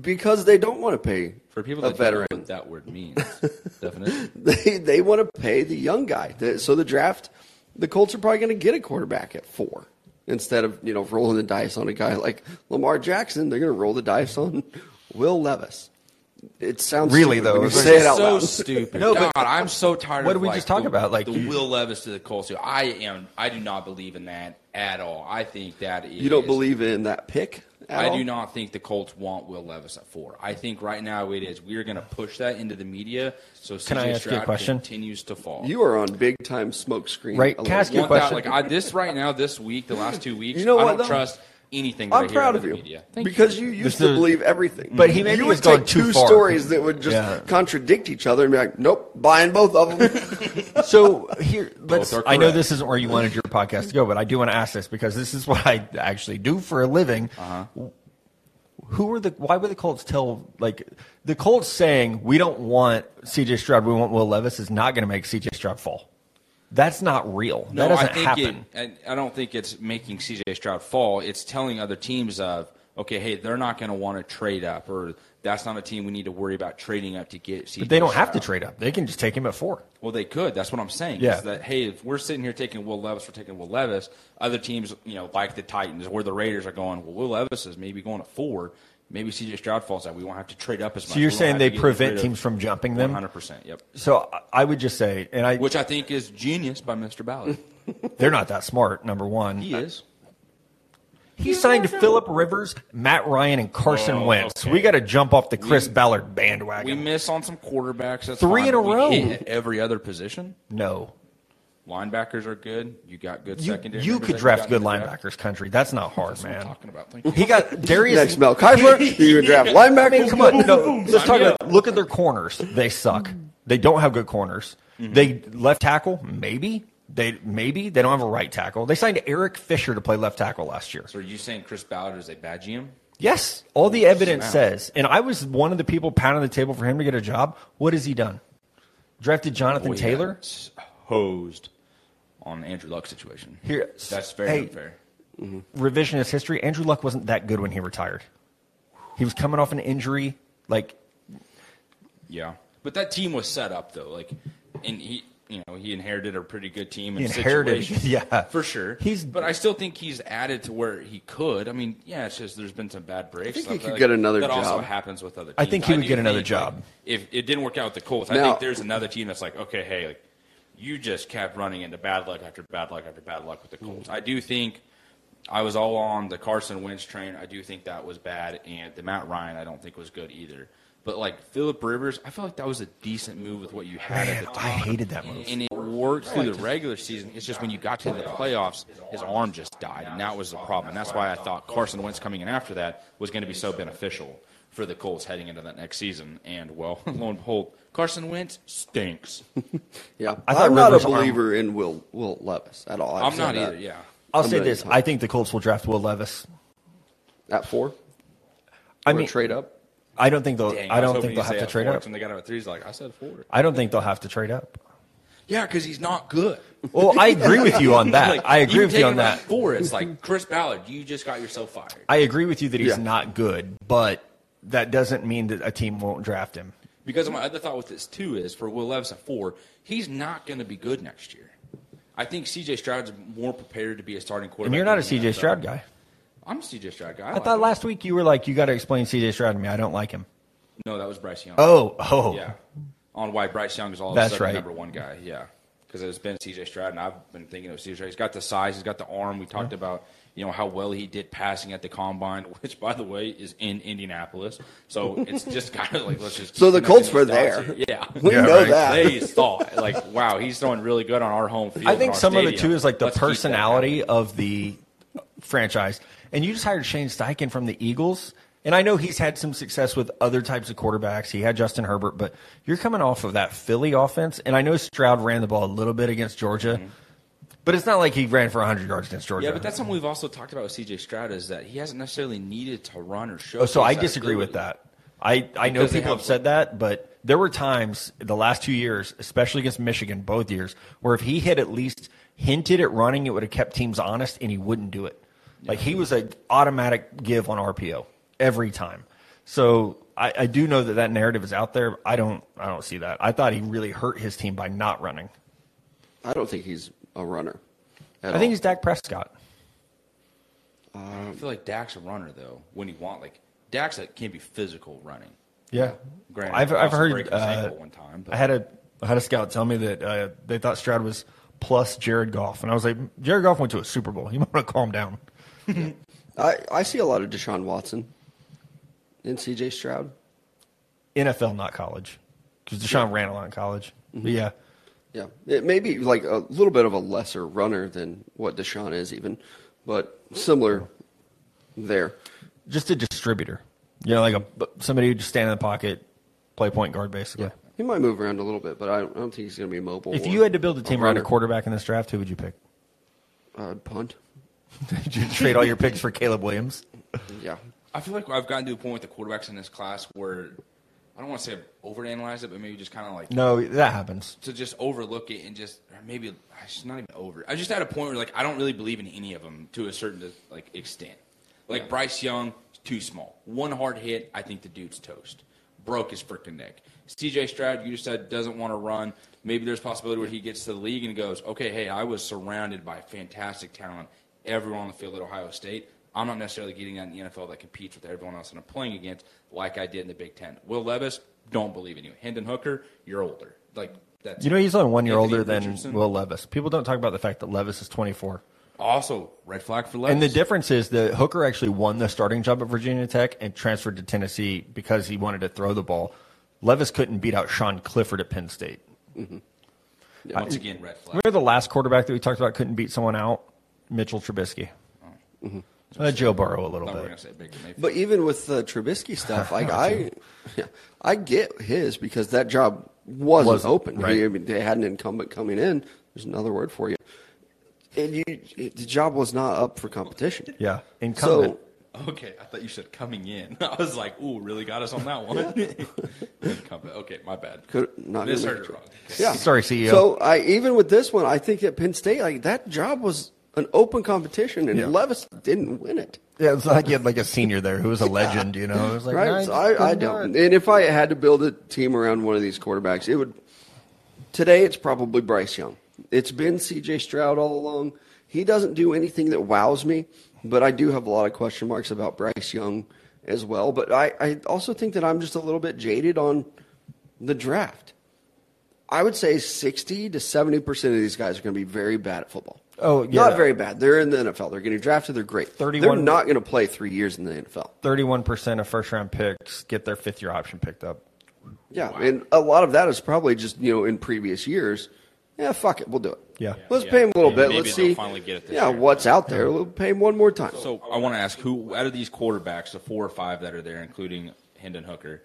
Speaker 1: because they don't want to pay
Speaker 2: For people
Speaker 1: a
Speaker 2: that
Speaker 1: veteran.
Speaker 2: don't know what that word means, definition.
Speaker 1: They they want to pay the young guy. The- So the draft, the Colts are probably going to get a quarterback at four instead of you know rolling the dice on a guy like Lamar Jackson. They're going to roll the dice on Will Levis. It sounds
Speaker 4: Really,
Speaker 1: stupid when
Speaker 4: though,
Speaker 1: you
Speaker 4: it's
Speaker 1: say it out
Speaker 2: so
Speaker 1: loud.
Speaker 2: stupid.
Speaker 4: No, but-
Speaker 2: God, I'm so tired.
Speaker 4: What
Speaker 2: of,
Speaker 4: did we
Speaker 2: like,
Speaker 4: just talk
Speaker 2: the-
Speaker 4: about? Like,
Speaker 2: the
Speaker 4: you-
Speaker 2: Will Levis to the Colts. I am. I do not believe in that at all. I think that is.
Speaker 1: You don't believe in that pick? At
Speaker 2: I
Speaker 1: all?
Speaker 2: do not think the Colts want Will Levis at four. I think right now it is. We are going to push that into the media. So
Speaker 4: Can I
Speaker 2: CJ
Speaker 4: ask you a
Speaker 2: Stroud
Speaker 4: question?
Speaker 2: continues to fall.
Speaker 1: You are on big time smoke screen.
Speaker 4: Right,
Speaker 1: alert.
Speaker 4: can I ask you a
Speaker 2: want
Speaker 4: question?
Speaker 2: that? Like I, this right now, this week, the last two weeks.
Speaker 1: You know
Speaker 2: I
Speaker 1: what,
Speaker 2: don't
Speaker 1: though?
Speaker 2: trust anything. That I
Speaker 1: I'm
Speaker 2: hear
Speaker 1: proud
Speaker 2: out
Speaker 1: of
Speaker 2: the
Speaker 1: you
Speaker 2: media. Thank
Speaker 1: because you used to
Speaker 4: is-
Speaker 1: believe everything.
Speaker 4: But he maybe
Speaker 1: you
Speaker 4: was
Speaker 1: would take
Speaker 4: going too
Speaker 1: two
Speaker 4: far.
Speaker 1: stories that would just
Speaker 4: Yeah.
Speaker 1: contradict each other and be like, "Nope, buying both of them."
Speaker 4: so here, let's.
Speaker 2: are
Speaker 4: I know
Speaker 2: correct.
Speaker 4: this isn't where you wanted your podcast to go, but I do want to ask this because this is what I actually do for a living. Uh-huh. Who were the? Why were the Colts tell like the Colts saying we don't want C.J. Stroud, we want Will Levis is not going to make C.J. Stroud fall. That's not real. that doesn't
Speaker 2: I think
Speaker 4: happen.
Speaker 2: It, I I don't think it's making CJ Stroud fall. It's telling other teams of, okay, hey, they're not going to want to trade up, or that's not a team we need to worry about trading up to get CJ.
Speaker 4: but they don't have to
Speaker 2: Stroud.
Speaker 4: trade up. They can just take him at four.
Speaker 2: Well, they could. That's what I'm saying.
Speaker 4: Yeah.
Speaker 2: Is that hey, if we're sitting here taking Will Levis, we're taking Will Levis. Other teams, you know, like the Titans, where the Raiders are going. Well, Will Levis is maybe going to four. Maybe CJ Stroud falls out. We won't have to trade up as much.
Speaker 4: So you're saying they prevent teams from jumping them?
Speaker 2: One hundred percent. Yep.
Speaker 4: So I- I would just say, and I,
Speaker 2: Which I think is genius by Mr. Ballard.
Speaker 4: they're not that smart. Number one,
Speaker 2: He is.
Speaker 4: He signed to Philip Rivers, Matt Ryan, and Carson
Speaker 2: Oh,
Speaker 4: Wentz.
Speaker 2: okay.
Speaker 4: We got to jump off the Chris
Speaker 2: We-
Speaker 4: Ballard
Speaker 2: We
Speaker 4: bandwagon.
Speaker 2: miss on some quarterbacks. That's
Speaker 4: Three
Speaker 2: fine,
Speaker 4: in a
Speaker 2: but we
Speaker 4: row.
Speaker 2: hit at every other position.
Speaker 4: no,
Speaker 2: Linebackers are good. You got good
Speaker 4: you,
Speaker 2: secondary.
Speaker 4: you
Speaker 2: members
Speaker 4: could
Speaker 2: that
Speaker 4: draft
Speaker 2: got
Speaker 4: good
Speaker 2: in the draft.
Speaker 4: linebackers, country. That's not hard,
Speaker 2: That's what I'm
Speaker 4: man.
Speaker 2: talking about. Thank you.
Speaker 4: He got Darius.
Speaker 1: Next, Mel Kiper. You can draft linebackers.
Speaker 4: I mean, come on, no, let's talk
Speaker 2: Yeah.
Speaker 4: about. Look at their corners. They suck. They don't have good corners.
Speaker 2: Mm-hmm.
Speaker 4: They left tackle maybe. They maybe they don't have a right tackle. They signed Eric Fisher to play left tackle last year.
Speaker 2: So are you saying Chris Ballard is a bad GM?
Speaker 4: Yes, all the evidence
Speaker 2: Wow.
Speaker 4: says. And I was one of the people pounding the table for him to get a job. What has he done? Drafted Jonathan
Speaker 2: Boy, he
Speaker 4: Taylor.
Speaker 2: got s- hosed on Andrew Luck situation.
Speaker 4: Here-
Speaker 2: that's very
Speaker 4: hey.
Speaker 2: unfair.
Speaker 4: revisionist history. Andrew Luck wasn't that good when he retired. He was coming off an injury. Like,
Speaker 2: Yeah, but that team was set up though. Like, and he, you know, he inherited a pretty good team. And
Speaker 4: He inherited-
Speaker 2: situation,
Speaker 4: yeah.
Speaker 2: for sure.
Speaker 4: He's-
Speaker 2: but I still think he's added to where he could. I mean, yeah, it's just there's been some bad breaks. I
Speaker 1: think he could get another
Speaker 2: that also
Speaker 1: job.
Speaker 2: happens with other. teams.
Speaker 4: I think he would
Speaker 2: do
Speaker 4: get another
Speaker 2: think,
Speaker 4: job.
Speaker 2: like, if it didn't work out with the Colts. I
Speaker 1: Now-
Speaker 2: think there's another team that's like, okay, hey, like, you just kept running into bad luck after bad luck after bad luck with the Colts. I do think I was all on the Carson Wentz train. I do think that was bad, and the Matt Ryan I don't think was good either. But like Philip Rivers, I feel like that was a decent move with what you had
Speaker 4: Man,
Speaker 2: at the
Speaker 4: I
Speaker 2: time.
Speaker 4: hated that move.
Speaker 2: And it worked through the regular season. It's just when you got to the playoffs, his arm just died, and that was the problem. And that's why I thought Carson Wentz coming in after that was going to be so beneficial for the Colts heading into that next season. And well, lo and behold, Carson Wentz stinks.
Speaker 1: Yeah,
Speaker 4: I thought
Speaker 1: I'm not a
Speaker 4: Rivers' arm-
Speaker 1: believer in Will Will Levis at all. I've
Speaker 2: I'm
Speaker 1: said
Speaker 2: not
Speaker 1: that.
Speaker 2: either. Yeah.
Speaker 4: I'll
Speaker 1: I'm
Speaker 4: say
Speaker 1: really
Speaker 4: this:
Speaker 1: sorry.
Speaker 4: I think the Colts will draft Will Levis.
Speaker 1: At four,
Speaker 4: I
Speaker 1: Or
Speaker 4: mean,
Speaker 1: trade up.
Speaker 4: I don't think they'll.
Speaker 2: Dang, was
Speaker 4: I don't
Speaker 2: hoping
Speaker 4: think
Speaker 2: you'd
Speaker 4: they'll
Speaker 2: say
Speaker 4: have to
Speaker 2: at
Speaker 4: trade
Speaker 2: four,
Speaker 4: up.
Speaker 2: and they got him at threes. Like I said, four.
Speaker 4: I don't think they'll have to trade up.
Speaker 2: Yeah, because he's not good.
Speaker 4: Well, I agree with you on that. I agree with you on that.
Speaker 2: Four, it's like Chris Ballard. You just got yourself fired
Speaker 4: I agree with you that he's
Speaker 1: Yeah.
Speaker 4: not good, but that doesn't mean that a team won't draft him.
Speaker 2: because my other thought with this too is for Will Levis at four, he's not going to be good next year. I think C.J. Stroud's more prepared to be a starting quarterback.
Speaker 4: And you're not a
Speaker 2: in the
Speaker 4: CJ
Speaker 2: NFL.
Speaker 4: Stroud guy.
Speaker 2: I'm a C.J. Stroud guy.
Speaker 4: I thought last week you were like, you got to explain CJ Stroud to me. I don't like him.
Speaker 2: No, that was Bryce Young.
Speaker 4: Oh, oh,
Speaker 2: yeah, on why Bryce Young is all of
Speaker 4: That's
Speaker 2: a sudden
Speaker 4: right.
Speaker 2: the number one guy. Yeah, because it's been C.J. Stroud, and I've been thinking of C.J. Stroud. He's got the size, he's got the arm. We talked about you know how well he did passing at the combine, which by the way is in Indianapolis. So it's just kind of like let's just.
Speaker 1: So the
Speaker 2: keep
Speaker 1: Colts
Speaker 2: connecting
Speaker 1: were
Speaker 2: these dots
Speaker 1: there.
Speaker 2: here. Yeah,
Speaker 1: We Yeah, know right. that.
Speaker 2: They thought like, wow, he's throwing really good on our home field.
Speaker 4: I
Speaker 2: in
Speaker 4: think
Speaker 2: our
Speaker 4: some of it
Speaker 2: stadium.
Speaker 4: too is like the
Speaker 2: Let's keep that
Speaker 4: personality of the franchise. And you just hired Shane Steichen from the Eagles. And I know he's had some success with other types of quarterbacks. He had Justin Herbert, but you're coming off of that Philly offense. And I know Stroud ran the ball a little bit against Georgia, but it's not like he ran for 100 yards against Georgia.
Speaker 2: Mm-hmm. Yeah, but that's something we've also talked about with C.J. Stroud is that he hasn't necessarily needed to run or show.
Speaker 4: Oh, so I disagree with that. I, I know
Speaker 2: Because they
Speaker 4: people
Speaker 2: have-
Speaker 4: have said that, but there were times the last two years, especially against Michigan, both years, where if he had at least hinted at running, it would have kept teams honest, and he wouldn't do it. Like he was an automatic give on RPO every time. So I, I do know that that narrative is out there. I don't I don't see that. I thought he really hurt his team by not running.
Speaker 1: I don't think he's a runner. at
Speaker 4: I think
Speaker 1: all.
Speaker 4: he's Dak Prescott.
Speaker 2: I feel like Dak's a runner though. When you want like Dak's like, can be physical running.
Speaker 4: Yeah,
Speaker 2: Granted,
Speaker 4: I've
Speaker 2: he
Speaker 4: I've
Speaker 2: also broke his
Speaker 4: heard. Uh,
Speaker 2: ankle one time, but-
Speaker 4: I had a I had a scout tell me that uh, they thought Stroud was plus Jared Goff, and I was like, Jared Goff went to a Super Bowl. You might want to calm down.
Speaker 1: I, I see a lot of Deshaun Watson and C.J. Stroud.
Speaker 4: NFL, not college, because Deshaun ran a lot in college.
Speaker 2: Mm-hmm.
Speaker 4: But yeah,
Speaker 1: Yeah, it may be like a little bit of a lesser runner than what Deshaun is, even, but similar there.
Speaker 4: just a distributor. You know, like a somebody who just stand in the pocket, play point guard basically.
Speaker 1: He might move around a little bit, but I don't, I don't think he's going to be mobile.
Speaker 4: If
Speaker 1: or
Speaker 4: you had to build a team around
Speaker 1: runner.
Speaker 4: a quarterback in this draft, who would you pick?
Speaker 1: I'd punt.
Speaker 4: Did you trade all your picks for Caleb Williams?
Speaker 1: Yeah,
Speaker 2: I feel like I've gotten to a point with the quarterbacks in this class where I don't want to say I've overanalyzed it, but maybe just kind of like
Speaker 4: No, that happens.
Speaker 2: to just overlook it and just or maybe I just not even over. I just at a point where like I don't really believe in any of them to a certain like extent. Like Bryce Young, too small. One hard hit, I think the dude's toast. Broke his freaking neck. CJ Stroud, you just said doesn't want to run. Maybe there's a possibility where he gets to the league and goes, okay, hey, I was surrounded by fantastic talent everyone on the field at Ohio State. I'm not necessarily getting that in the NFL that competes with everyone else that I'm playing against, like I did in the Big Ten. Will Levis, don't believe in you. Hendon Hooker, you're older. Like that's
Speaker 4: You know, he's only one year
Speaker 2: Anthony
Speaker 4: older than
Speaker 2: Richardson.
Speaker 4: Will Levis. People don't talk about the fact that Levis is 24.
Speaker 2: Also, red flag for Levis.
Speaker 4: And the difference is that Hooker actually won the starting job at Virginia Tech and transferred to Tennessee because he wanted to throw the ball. Levis couldn't beat out Sean Clifford at Penn State.
Speaker 2: Once again, red flag.
Speaker 4: Remember the last quarterback that we talked about couldn't beat someone out? Mitchell Trubisky. Uh, Joe Burrow a little
Speaker 2: I thought we were
Speaker 4: bit.
Speaker 2: gonna say Baker Mayfield.
Speaker 1: but even with the Trubisky stuff, like I, yeah, I get his because that job wasn't,
Speaker 4: Wasn't,
Speaker 1: open.
Speaker 4: right.
Speaker 1: I mean, they had an incumbent coming in. There's another word for you. And you, it, the job was not up for competition.
Speaker 4: Yeah. Incumbent.
Speaker 1: So
Speaker 2: okay, I thought you said coming in. I was like, ooh, really got us on that one. Incumbent. okay, my bad.
Speaker 1: could not
Speaker 2: Misheard it wrong.
Speaker 1: Yeah.
Speaker 4: Sorry, E CEO.
Speaker 1: So I even with this one, I think at Penn State, like that job was an open competition, and
Speaker 4: Yeah.
Speaker 1: Levis didn't win it.
Speaker 4: yeah, it's like you had like a senior there who was a legend, you know? It was like,
Speaker 1: right?
Speaker 4: nah, he
Speaker 1: So
Speaker 4: just
Speaker 1: I, I
Speaker 4: couldn't
Speaker 1: don't.
Speaker 4: do it.
Speaker 1: And if I had to build a team around one of these quarterbacks, it would. Today, it's probably Bryce Young. It's been C.J. Stroud all along. He doesn't do anything that wows me, but I do have a lot of question marks about Bryce Young as well. But I, I also think that I'm just a little bit jaded on the draft. I would say 60 to 70% of these guys are going to be very bad at football.
Speaker 4: Oh, yeah.
Speaker 1: Not very bad. They're in the NFL. They're getting drafted. They're great.
Speaker 4: 31
Speaker 1: They're not going to play three years in the NFL.
Speaker 4: 31% of first round picks get their fifth year option picked up.
Speaker 1: Yeah, and a lot of that is probably just you know in previous years. Yeah, fuck it, we'll do it.
Speaker 4: Yeah. Yeah,
Speaker 1: let's
Speaker 2: yeah.
Speaker 1: pay him a little bit.
Speaker 2: Maybe
Speaker 1: let's
Speaker 2: they'll
Speaker 1: see.
Speaker 2: finally get it this
Speaker 1: yeah,
Speaker 2: year.
Speaker 1: what's out there? We'll pay him one more time.
Speaker 2: So I want to ask who out of these quarterbacks, the four or five that are there, including Hendon Hooker,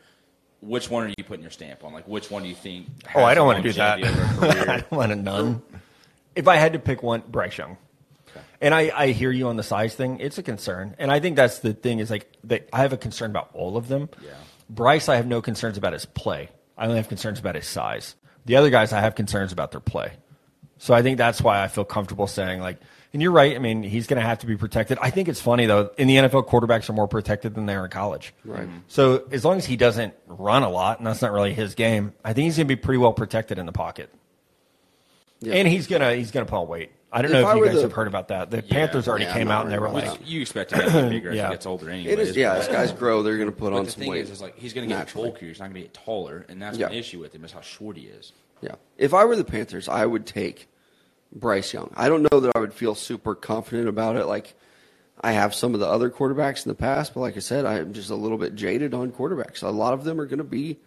Speaker 2: which one are you putting your stamp on? Like, which one do you think?
Speaker 4: Oh, I
Speaker 2: has
Speaker 4: don't
Speaker 2: the
Speaker 4: want to do that.
Speaker 2: longevity of a career?
Speaker 4: I don't want to none. If I had to pick one, Bryce Young. And I, I hear you on the size thing. It's a concern. And I think that's the thing is like they, I have a concern about all of them.
Speaker 2: Yeah.
Speaker 4: Bryce, I have no concerns about his play. I only have concerns about his size. The other guys, I have concerns about their play. So I think that's why I feel comfortable saying like, and you're right. I mean, he's going to have to be protected. I think it's funny though. In the NFL, quarterbacks are more protected than they are in college.
Speaker 1: Right.
Speaker 4: So as long as he doesn't run a lot, and that's not really his game, I think he's going to be pretty well protected in the pocket.
Speaker 1: Yeah.
Speaker 4: And he's gonna he's gonna pull weight. I don't
Speaker 1: If
Speaker 4: know
Speaker 1: I
Speaker 4: if you
Speaker 1: were
Speaker 4: guys
Speaker 1: the-
Speaker 4: have heard about that. The
Speaker 2: Yeah,
Speaker 4: Panthers already
Speaker 1: yeah,
Speaker 4: came
Speaker 1: I'm
Speaker 4: out and they
Speaker 1: not
Speaker 4: were
Speaker 1: worried
Speaker 4: like,
Speaker 1: about
Speaker 2: you expect to get bigger as
Speaker 4: Yeah.
Speaker 2: he gets older, anyway.
Speaker 1: it is. Yeah, as guys grow, they're going to put
Speaker 2: But
Speaker 1: on
Speaker 2: the
Speaker 1: some
Speaker 2: thing
Speaker 1: weight.
Speaker 2: is, is like he's going to get
Speaker 1: naturally.
Speaker 2: bulkier. He's not going to get taller, and that's
Speaker 1: Yeah.
Speaker 2: an issue with him is how short he is.
Speaker 1: Yeah. If I were the Panthers, I would take Bryce Young. I don't know that I would feel super confident about it. Like I have some of the other quarterbacks in the past, but like I said, I'm just a little bit jaded on quarterbacks. A lot of them are going to be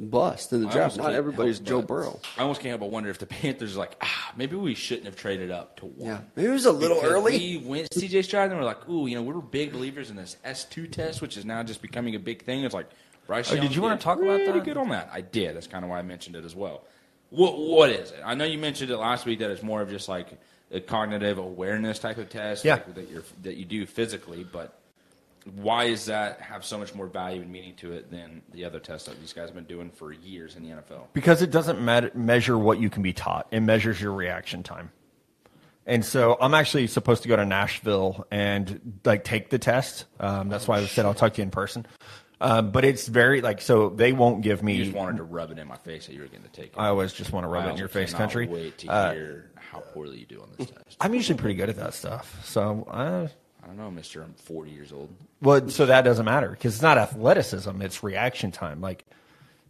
Speaker 1: bust in the
Speaker 2: I
Speaker 1: draft.
Speaker 2: almost
Speaker 1: Not
Speaker 2: can't
Speaker 1: everybody's
Speaker 2: help
Speaker 1: Joe
Speaker 2: but-
Speaker 1: Burrow.
Speaker 2: I almost can't help but wonder if the Panthers are like, ah, maybe we shouldn't have traded up to one.
Speaker 1: Yeah, maybe it was a little
Speaker 2: Because
Speaker 1: early.
Speaker 2: We went CJ Stroud and we're like, ooh, you know, we were big believers in this S two test, which is now just becoming a big thing. It's like Bryce.
Speaker 4: Oh, did
Speaker 2: Young
Speaker 4: you wanna
Speaker 2: did
Speaker 4: talk about
Speaker 2: pretty
Speaker 4: that?
Speaker 2: Good on that. I did. That's kind of why I mentioned it as well. What What is it? I know you mentioned it last week that it's more of just like a cognitive awareness type of test,
Speaker 4: Yeah.
Speaker 2: like, that you're that you do physically, but. Why is that have so much more value and meaning to it than the other tests that these guys have been doing for years in the NFL?
Speaker 4: because it doesn't mat- measure what you can be taught. It measures your reaction time. And so I'm actually supposed to go to Nashville and like take the test. Um, that's why I said I'll talk to you in person. Um, but it's very like so they won't give
Speaker 2: You just
Speaker 4: me.
Speaker 2: wanted to rub it in my face that you were going to take it.
Speaker 4: I always just want to rub it in your face,
Speaker 2: cannot
Speaker 4: country.
Speaker 2: Wait to
Speaker 4: Uh,
Speaker 2: hear how poorly you do on this test.
Speaker 4: I'm usually pretty good at that stuff. So I,
Speaker 2: I don't know, Mister. I'm 40 years old.
Speaker 4: Well, so that doesn't matter because it's not athleticism; it's reaction time, like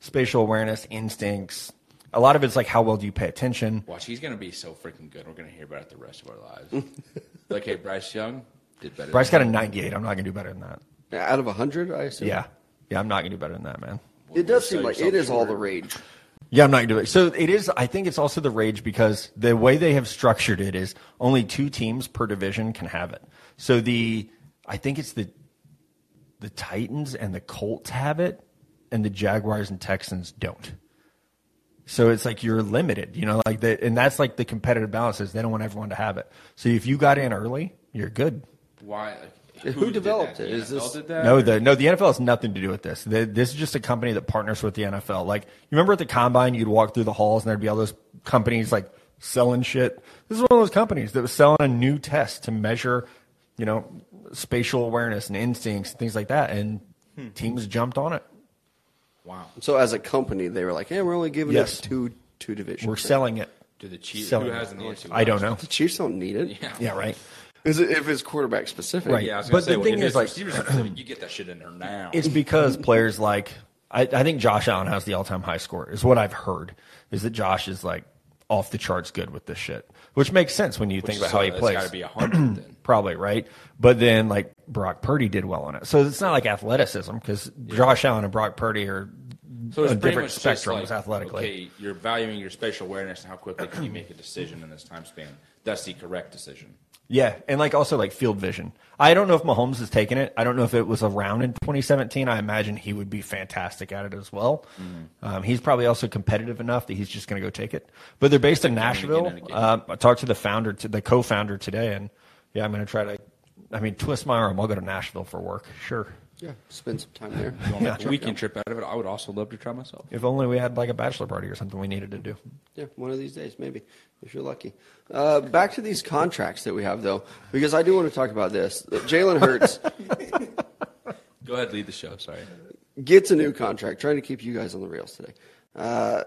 Speaker 4: spatial awareness, instincts. A lot of it's like how well do you pay attention.
Speaker 2: Watch, he's going to be so freaking good. We're going to hear about it the rest of our lives. like, hey, Bryce Young did better.
Speaker 4: Bryce got a 98. I'm not gonna do better than that.
Speaker 1: Out of hundred, I assume.
Speaker 4: Yeah, yeah, I'm not gonna do better than that, man.
Speaker 1: It does
Speaker 2: Sell
Speaker 1: seem like it
Speaker 2: yourself
Speaker 1: is all
Speaker 2: short.
Speaker 1: the rage.
Speaker 4: Yeah, I'm not gonna do it. So it is. I think it's also the rage because the way they have structured it is only two teams per division can have it. So the I think it's the the Titans and the Colts have it, and the Jaguars and Texans don't. So it's like you're limited, you know, like that, and that's like the competitive balance is they don't want everyone to have it. So if you got in early, you're good.
Speaker 2: Why? Like,
Speaker 1: Who developed it? Is
Speaker 2: The NFL
Speaker 1: this-
Speaker 2: did that?
Speaker 4: No, the no, the NFL has nothing to do with this. The, this is just a company that partners with the NFL. Like you remember at the combine, you'd walk through the halls and there'd be all those companies like selling shit. This is one of those companies that was selling a new test to measure, you know, spatial awareness and instincts and things like that, and
Speaker 2: Hmm.
Speaker 4: teams jumped on it.
Speaker 2: Wow.
Speaker 1: So as a company, they were like, "Hey, we're only giving
Speaker 4: Yes.
Speaker 1: it two two divisions.
Speaker 4: We're selling it.
Speaker 2: Do the Chiefs?
Speaker 4: Selling
Speaker 2: Who
Speaker 4: it.
Speaker 2: has an answer?
Speaker 4: I don't know.
Speaker 1: The Chiefs don't need it.
Speaker 2: Yeah.
Speaker 4: Yeah, right.
Speaker 1: Is it, if it's quarterback specific,
Speaker 4: Right.
Speaker 2: Yeah, I was
Speaker 4: But
Speaker 2: gonna say,
Speaker 4: the
Speaker 2: well,
Speaker 4: thing
Speaker 2: if
Speaker 4: is,
Speaker 2: it's
Speaker 4: like-
Speaker 2: receivers specific, you get that shit in there now.
Speaker 4: It's because players like I, I think Josh Allen has the all-time high score. Is what I've heard is that Josh is like off the charts good with this shit, which makes sense when you think about how he plays.
Speaker 2: got to be a hundred then.
Speaker 4: probably right. But then like Brock Purdy did well on it, so it's not like athleticism because Josh Allen and Brock Purdy are
Speaker 2: So it's
Speaker 4: on
Speaker 2: pretty
Speaker 4: different
Speaker 2: much just like,
Speaker 4: spectrums athletically.
Speaker 2: Okay, you're valuing your spatial awareness and how quickly can you make a decision in this time span. That's the correct decision.
Speaker 4: Yeah, and like also like field vision. I don't know if Mahomes has taken it. I don't know if it was around in 2017. I imagine he would be fantastic at it as well.
Speaker 1: Mm-hmm.
Speaker 4: Um, he's probably also competitive enough that he's just going to go take it. But they're based in
Speaker 2: Like, again and
Speaker 4: Nashville.
Speaker 2: again.
Speaker 4: Um, I talked to the founder, to the co-founder today, and yeah, I'm going to try to. I mean, twist my arm. I'll go to Nashville for work. Sure.
Speaker 1: Yeah, spend some time there.
Speaker 2: You want to make a weekend trip out of it? I would also love to try myself.
Speaker 4: If only we had like a bachelor party or something we needed to do.
Speaker 1: Yeah, one of these days, maybe, if you're lucky. Uh, back to these contracts that we have, though, because I do want to talk about this. Jalen Hurts
Speaker 2: Go ahead, lead the show. Sorry.
Speaker 1: gets a new contract, trying to keep you guys on the rails today. Uh,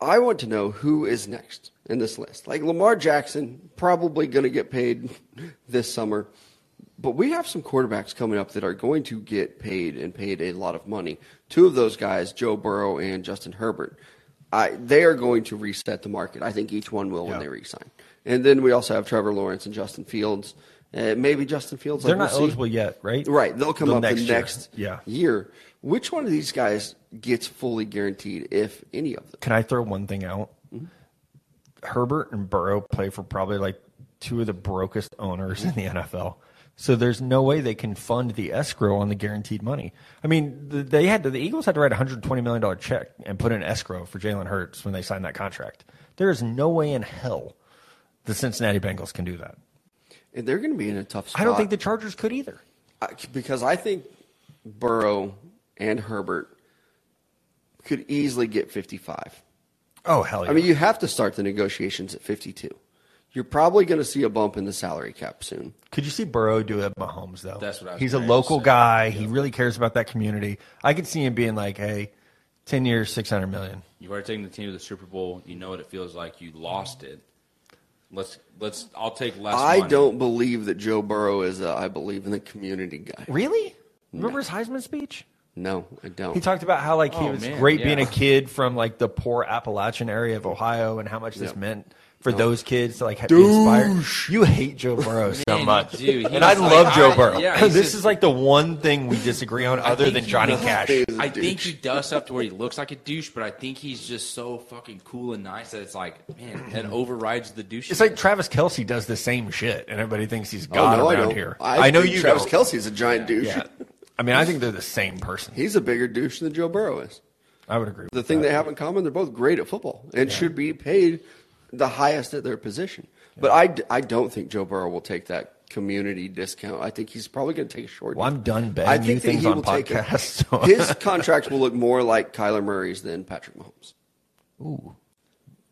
Speaker 1: I want to know who is next in this list. Like Lamar Jackson, probably going to get paid this summer, but we have some quarterbacks coming up that are going to get paid and paid a lot of money. Two of those guys, Joe Burrow and Justin Herbert, I, they are going to reset the market. I think each one will when
Speaker 4: Yeah.
Speaker 1: they resign. And then we also have Trevor Lawrence and Justin Fields. Uh, maybe Justin Fields.
Speaker 4: They're
Speaker 1: like,
Speaker 4: not
Speaker 1: we'll see.
Speaker 4: eligible yet, right?
Speaker 1: Right. They'll come
Speaker 4: The
Speaker 1: up
Speaker 4: next
Speaker 1: the
Speaker 4: year.
Speaker 1: next
Speaker 4: Yeah.
Speaker 1: year. Which one of these guys gets fully guaranteed, if any of them?
Speaker 4: Can I throw one thing out? Herbert and Burrow play for probably like two of the brokest owners in the NFL. So there's no way they can fund the escrow on the guaranteed money. I mean, the, they had to, the Eagles had to write a hundred twenty million dollar check and put in escrow for Jalen Hurts when they signed that contract. There is no way in hell the Cincinnati Bengals can do that.
Speaker 1: And they're going to be in a tough spot.
Speaker 4: I don't think the Chargers could either.
Speaker 1: I- because I think Burrow and Herbert could easily get 55.
Speaker 4: Oh hell yeah!
Speaker 1: I mean, you have to start the negotiations at 52. You're probably going to see a bump in the salary cap soon.
Speaker 4: Could you see Burrow do it at Mahomes though?
Speaker 2: That's what I was
Speaker 4: He's a
Speaker 2: gonna
Speaker 4: local
Speaker 2: say.
Speaker 4: guy. He really cares about that community. I could see him being like, "Hey, ten years, six hundred million.
Speaker 2: You've already taken the team to the Super Bowl. You know what it feels like. You lost it. Let's let's. I'll take less.
Speaker 1: I
Speaker 2: money.
Speaker 1: don't believe that Joe Burrow is a I believe in the community guy.
Speaker 4: Really? Remember his Heisman speech?
Speaker 1: No, I don't.
Speaker 4: He talked about how like he
Speaker 2: Oh,
Speaker 4: was
Speaker 2: man,
Speaker 4: great
Speaker 2: yeah.
Speaker 4: being a kid from like the poor Appalachian area of Ohio and how much this
Speaker 1: Yeah.
Speaker 4: meant for those kids to like have, be inspired. You hate Joe Burrow so
Speaker 2: Man, you
Speaker 4: much,
Speaker 2: do. He's
Speaker 4: and I
Speaker 2: like,
Speaker 4: love Joe
Speaker 2: I-
Speaker 4: Burrow.
Speaker 2: yeah, he's
Speaker 4: this
Speaker 2: just-
Speaker 4: is like the one thing we disagree on, other
Speaker 2: think
Speaker 4: than
Speaker 2: he
Speaker 4: Johnny
Speaker 2: knows.
Speaker 4: Cash.
Speaker 1: He's a
Speaker 2: I think
Speaker 1: douche.
Speaker 2: he does stuff to where he looks like a douche, but I think he's just so fucking cool and nice that it's like, man, that overrides the douche.
Speaker 4: It's like Travis Kelsey does the same shit, and everybody thinks he's
Speaker 1: Oh,
Speaker 4: God
Speaker 1: no, I
Speaker 4: around
Speaker 1: don't.
Speaker 4: here.
Speaker 1: I,
Speaker 4: know
Speaker 1: think
Speaker 4: you
Speaker 1: Travis
Speaker 4: don't.
Speaker 1: Kelsey's a giant douche.
Speaker 4: Yeah. I mean, I think they're the same person.
Speaker 1: He's a bigger douche than Joe Burrow is.
Speaker 4: I would agree.
Speaker 1: The thing they have in common, they're both great at football and should be paid the highest at their position. But I, d- I don't think Joe Burrow will take that community discount. I think he's probably going to take a short.
Speaker 4: Well, I'm done betting
Speaker 1: I
Speaker 4: you
Speaker 1: think that
Speaker 4: things
Speaker 1: he
Speaker 4: on
Speaker 1: will take it.
Speaker 4: podcasts, so-
Speaker 1: His contract will look more like Kyler Murray's than Patrick Mahomes.
Speaker 2: Oh,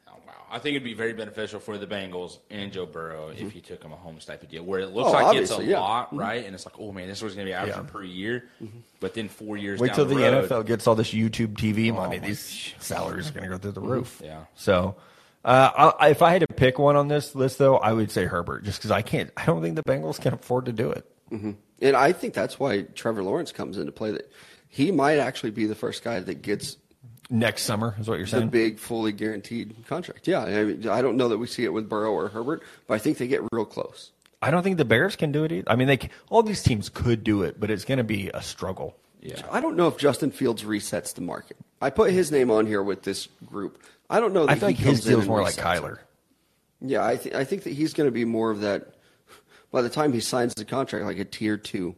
Speaker 2: wow. I think it'd be very beneficial for the Bengals and Joe Burrow
Speaker 4: Mm-hmm.
Speaker 2: if you took him a home type of deal, where it looks
Speaker 1: Oh,
Speaker 2: like it's a
Speaker 1: obviously, yeah.
Speaker 2: lot, right? And it's like, oh man, this was going to be averaging
Speaker 4: Yeah. Mm-hmm.
Speaker 2: per year, but then four years.
Speaker 4: Wait
Speaker 2: down
Speaker 4: till the,
Speaker 2: road-
Speaker 4: NFL gets all this YouTube
Speaker 1: Oh,
Speaker 4: TV money.
Speaker 2: my
Speaker 4: These salaries are going to go
Speaker 1: Hmm.
Speaker 4: through the roof.
Speaker 2: Yeah.
Speaker 4: So, uh, I, I- if I had to pick one on this list, though, I would say Herbert, just because I can't. I don't think the Bengals can afford to do it.
Speaker 1: And I think that's why Trevor Lawrence comes into play. That he might actually be the first guy that gets
Speaker 4: Next summer is what you're
Speaker 1: the
Speaker 4: saying.
Speaker 1: big, fully guaranteed contract. Yeah, I, mean, I don't know that we see it with Burrow or Herbert, but I think they get real close.
Speaker 4: I don't think the Bears can do it either. I mean, they c all these teams could do it, but it's going to be a struggle.
Speaker 2: Yeah.
Speaker 1: I don't know if Justin Fields resets the market. I put his name on here with this group. I don't know. That
Speaker 4: I feel
Speaker 1: he
Speaker 4: like his
Speaker 1: comes in
Speaker 4: deal's
Speaker 1: and
Speaker 4: more like
Speaker 1: resets it.
Speaker 4: Kyler.
Speaker 1: Yeah, I, th- I think that he's going to be more of that. By the time he signs the contract, like a tier two